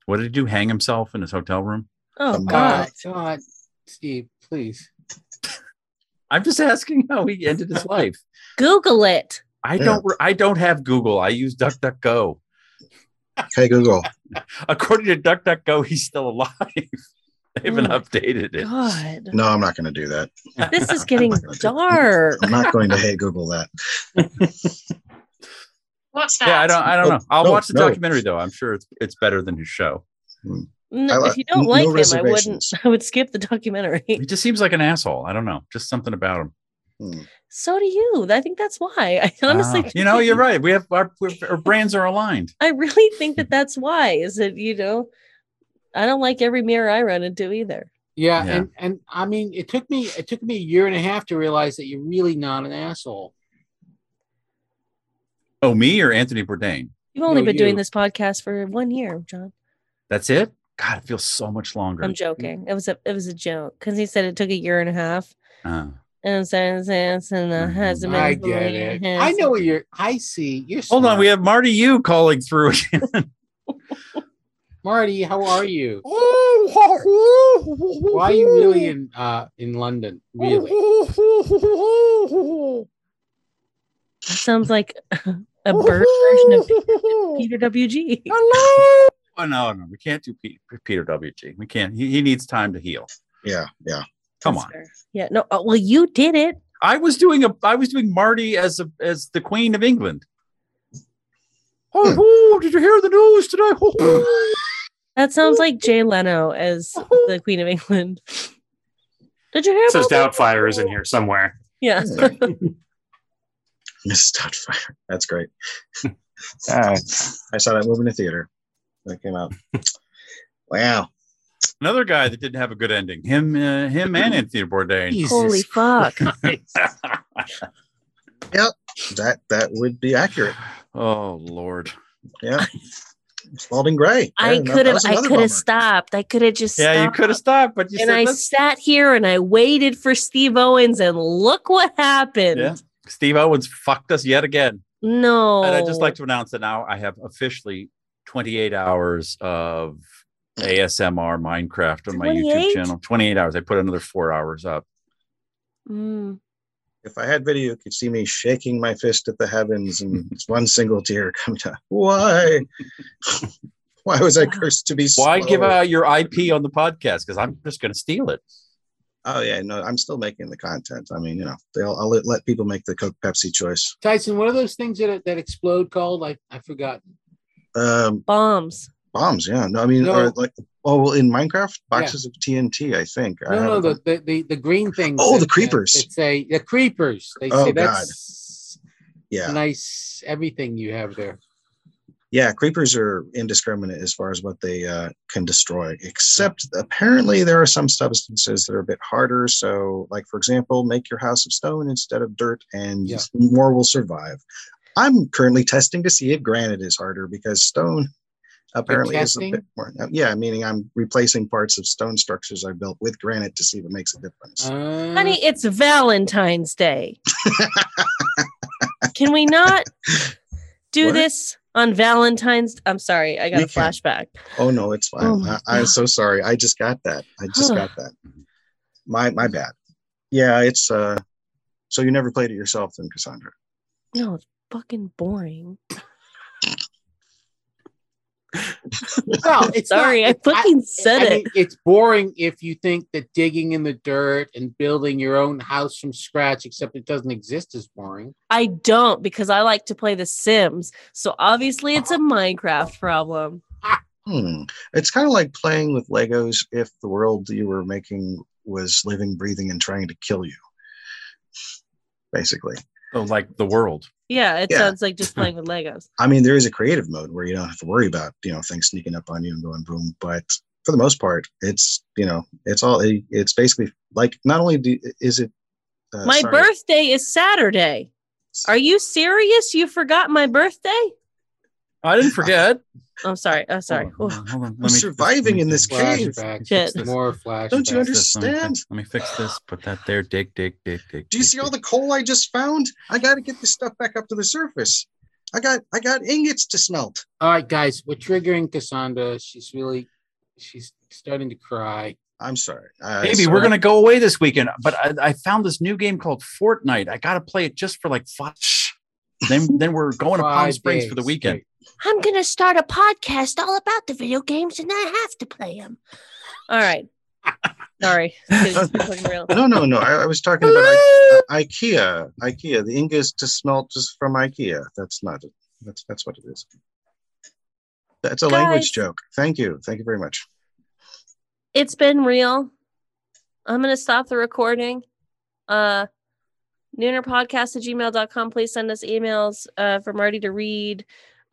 Speaker 4: What did he do? Hang himself in his hotel room?
Speaker 2: oh
Speaker 5: Um,
Speaker 2: god.
Speaker 3: God, God, Steve, please.
Speaker 4: I'm just asking how he ended his life.
Speaker 2: Google it.
Speaker 4: I
Speaker 5: Yeah.
Speaker 4: don't. re- I don't have Google. I use DuckDuckGo.
Speaker 5: Hey Google,
Speaker 4: According to DuckDuckGo, he's still alive. they haven't
Speaker 2: Oh my
Speaker 4: updated it.
Speaker 2: God,
Speaker 5: no, I'm not going to do that.
Speaker 2: this is getting
Speaker 5: I'm not gonna do-
Speaker 2: dark.
Speaker 5: I'm not going to hey Google that.
Speaker 7: What's that?
Speaker 4: Yeah, I don't. I don't
Speaker 5: No,
Speaker 4: know. I'll
Speaker 5: Oh, no,
Speaker 4: watch the
Speaker 5: no.
Speaker 4: documentary though. I'm sure it's it's better than his show.
Speaker 5: I
Speaker 2: No,
Speaker 5: like-
Speaker 2: if you don't
Speaker 5: no
Speaker 2: like him, I wouldn't.
Speaker 5: reservations.
Speaker 2: I would skip the documentary.
Speaker 4: He just seems like an asshole. I don't know. Just something about him.
Speaker 2: So do you. I think that's why. I honestly,
Speaker 4: Wow. Ah, you know, you're right. We have our, we're- our brands are aligned.
Speaker 2: I really think that that's why. Is it you know? I don't like every mirror I run into either.
Speaker 3: Yeah,
Speaker 4: Yeah.
Speaker 3: and and I mean, it took me it took me a year and a half to realize that you're really not an asshole.
Speaker 4: Oh, me or Anthony Bourdain?
Speaker 2: You've only
Speaker 3: No,
Speaker 2: been doing
Speaker 3: you.
Speaker 2: this podcast for one year, John.
Speaker 4: That's it. God, it feels so much longer.
Speaker 2: I'm joking. It was a it was a joke because he said it took a year and a half.
Speaker 4: Uh,
Speaker 2: And since since and uh,
Speaker 4: Mhm.
Speaker 2: has been
Speaker 3: I get it. I know what you're. I see. You're.
Speaker 4: hold on,
Speaker 3: smart.
Speaker 4: we have Marty. You calling through again.
Speaker 3: Marty. How are you? Why are you really in uh in London? Really?
Speaker 2: That sounds like a bird version of Peter WG.
Speaker 4: Hello. Oh, no, no, we can't do Pe- Peter WG. We can't. He, he needs time to heal.
Speaker 5: Yeah, yeah.
Speaker 4: Come
Speaker 2: That's
Speaker 4: on.
Speaker 2: fair. Yeah. No. Oh, well, you did it.
Speaker 4: I was doing a. I was doing Marty as a as the Queen of England.
Speaker 2: Hmm.
Speaker 4: Oh, oh, did you hear the news today? Oh, oh.
Speaker 2: That sounds like Jay Leno as the Queen of England. Did you hear
Speaker 6: Says
Speaker 2: about that?
Speaker 6: Doubtfire is in here somewhere.
Speaker 2: Yeah.
Speaker 5: Mrs. Doubtfire. That's great. Ah, I saw that movie in the theater. That came out. Wow.
Speaker 4: Another guy that didn't have a good ending. Him, uh, him,
Speaker 2: Hmm.
Speaker 4: and Anthony Bourdain.
Speaker 3: Jesus
Speaker 2: Holy fuck.
Speaker 3: Christ.
Speaker 5: That that would be accurate.
Speaker 4: oh Lord.
Speaker 5: Yeah. Spalding Gray.
Speaker 2: I could have I could have stopped. I could have just
Speaker 4: Yeah, you
Speaker 2: stopped.
Speaker 4: could have stopped, but you
Speaker 2: and
Speaker 4: said
Speaker 2: I
Speaker 4: let's-
Speaker 2: sat here and I waited for Steve Owens and look what happened.
Speaker 4: Yeah. Steve Owens fucked us yet again.
Speaker 2: No.
Speaker 4: And I'd just like to announce that now I have officially 28 hours of ASMR Minecraft on my
Speaker 2: 28?
Speaker 4: YouTube channel. 28 hours. I put another four hours up.
Speaker 2: Mm.
Speaker 5: If I had video, you could see me shaking my fist at the heavens and just one single tear come down. Why? Why was I cursed to be
Speaker 4: Why
Speaker 5: slow?
Speaker 4: give out your IP on the podcast? Because I'm just going to steal it.
Speaker 5: Oh yeah, no, I'm still making the content. I mean, you know, they'll I'll let, let people make the Coke Pepsi choice.
Speaker 3: Tyson, what are those things that that explode called? I I forgot.
Speaker 5: Um,
Speaker 2: Bombs.
Speaker 5: bombs, yeah. No, I mean,
Speaker 3: No.
Speaker 5: Or like, oh well, in Minecraft, boxes of TNT, I think. I
Speaker 3: No, no,
Speaker 5: haven't-
Speaker 3: the the, the, the green things.
Speaker 5: Oh, the
Speaker 3: that- that-
Speaker 5: creepers.
Speaker 3: That, say the creepers. They
Speaker 5: Oh,
Speaker 3: say
Speaker 5: God.
Speaker 3: that's
Speaker 5: yeah,
Speaker 3: nice. Everything you have there.
Speaker 5: yeah. Creepers are indiscriminate as far as what they uh, can destroy, except apparently there are some substances that are a bit harder. So, like for example, make your house of stone instead of dirt, and
Speaker 3: Yeah.
Speaker 5: more will survive. I'm currently testing to see if granite is harder because stone apparently is a
Speaker 3: testing?
Speaker 5: bit more. Yeah, meaning I'm replacing parts of stone structures I built with granite to see if it makes a difference.
Speaker 3: Uh,
Speaker 2: Honey, it's Valentine's Day. Can we not do
Speaker 5: What?
Speaker 2: this on Valentine's? I'm sorry, I got
Speaker 5: We
Speaker 2: a
Speaker 5: can.
Speaker 2: flashback.
Speaker 5: Oh no, it's fine.
Speaker 2: Oh, my
Speaker 5: I, I'm
Speaker 2: God.
Speaker 5: so sorry. I just got that. I just
Speaker 2: Huh.
Speaker 5: got that. My my bad. Yeah, it's uh so you never played it yourself then, Cassandra.
Speaker 2: No, it's fucking boring.
Speaker 3: well, it's not-
Speaker 2: Sorry, I
Speaker 3: it's-
Speaker 2: fucking said
Speaker 3: I
Speaker 2: it.
Speaker 3: mean, it's boring if you think that digging in the dirt and building your own house from scratch, except it doesn't exist, is boring.
Speaker 2: I don't because I like to play The Sims. So obviously it's a Minecraft problem.
Speaker 5: Hmm. It's kind of like playing with Legos if the world you were making was living, breathing, and trying to kill you. Basically.
Speaker 4: So, like the world.
Speaker 2: Yeah, it
Speaker 5: Yeah.
Speaker 2: sounds like just playing with Legos.
Speaker 5: I mean, there is a creative mode where you don't have to worry about, you know, things sneaking up on you and going boom, but for the most part, it's, you know, it's all it's basically like not only do, is it uh,
Speaker 2: my
Speaker 5: sorry.
Speaker 2: birthday is Saturday. Are you serious? You forgot my birthday?
Speaker 4: I didn't forget.
Speaker 2: I'm sorry. I'm sorry.
Speaker 4: Hold on,
Speaker 2: Ooh,
Speaker 4: hold on, hold on. Let
Speaker 5: I'm surviving in this cave.
Speaker 3: Flashbacks,
Speaker 2: Shit.
Speaker 3: more flashbacks.
Speaker 5: Don't you under-
Speaker 4: Fix this. Let me fix-
Speaker 5: Understand?
Speaker 4: Let me fix this. Put that there. Dig, dig, dig, dig.
Speaker 5: Do you
Speaker 4: dig,
Speaker 5: see all
Speaker 4: dig.
Speaker 5: the coal I just found? I got to get this stuff back up to the surface. I got I got ingots to smelt.
Speaker 3: All right, guys, we're triggering Cassandra. She's really, she's starting to cry.
Speaker 5: I'm sorry. Uh,
Speaker 4: Baby, we're gonna go away this weekend. But I, I found this new game called Fortnite. I gotta play it just for like five. Then then we're going to Palm
Speaker 3: Five
Speaker 4: Springs for the
Speaker 3: days.
Speaker 4: weekend.
Speaker 2: I'm going to start a podcast all about the video games and I have to play them. All right. Sorry. It's fucking real.
Speaker 5: No, no, no. I, I was talking about I- IKEA. IKEA. The ink is to smelt just from IKEA. That's not it. That's that's what it is. That's a
Speaker 2: Guys.
Speaker 5: language joke. Thank you. Thank you very much.
Speaker 2: It's been real. I'm going to stop the recording. Uh, noonerpodcast at gmail.com. Please send us emails uh, for Marty to read.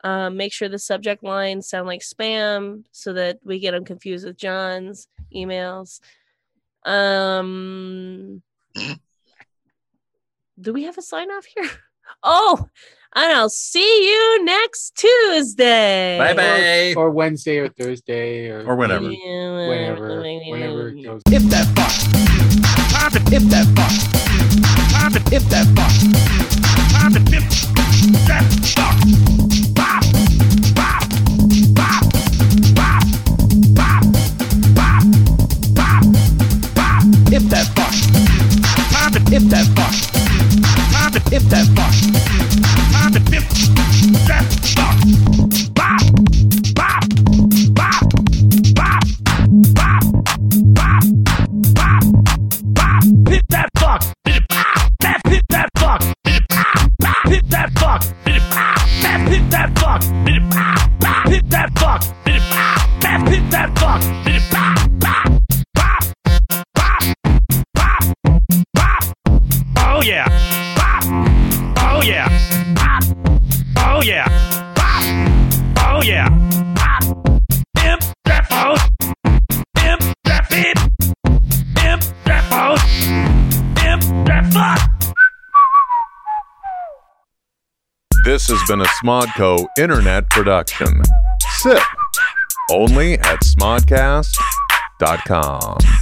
Speaker 2: Um, make sure the subject lines sound like spam so that we get them confused with John's emails. Um, do we have a sign off here? Oh, and I'll see you next Tuesday.
Speaker 4: Bye bye.
Speaker 3: or Wednesday or Thursday or,
Speaker 4: Or whenever.
Speaker 3: whenever, whenever it goes.
Speaker 1: If that box, pop it. If that box, pop it. If that box, pop it. If that box, pop, pop, pop, pop, pop, pop, pop, pop. If that box, pop it. If that box, pop it. If that box, pop it. If that box, pop, pop, pop, pop, pop. Bop, bop, bop. Hit that fuck. Hit it, pow. That hit that fuck. Hit it, pow, pow. Hit that fuck. Hit it, pow. That hit that fuck. Hit it, pow, pow. Hit that fuck. Hit it, pow. That hit that fuck. Hit it, pow, pow. Bop, bop, bop, bop. Oh yeah. Bop. Oh yeah. Bop. Oh yeah. Bop. Oh yeah. Bop. Imp that phone. Imp that beep. Imp that boat. Imp that fuck.
Speaker 7: This has been a Smodco internet production. Sip only at smodcast.com.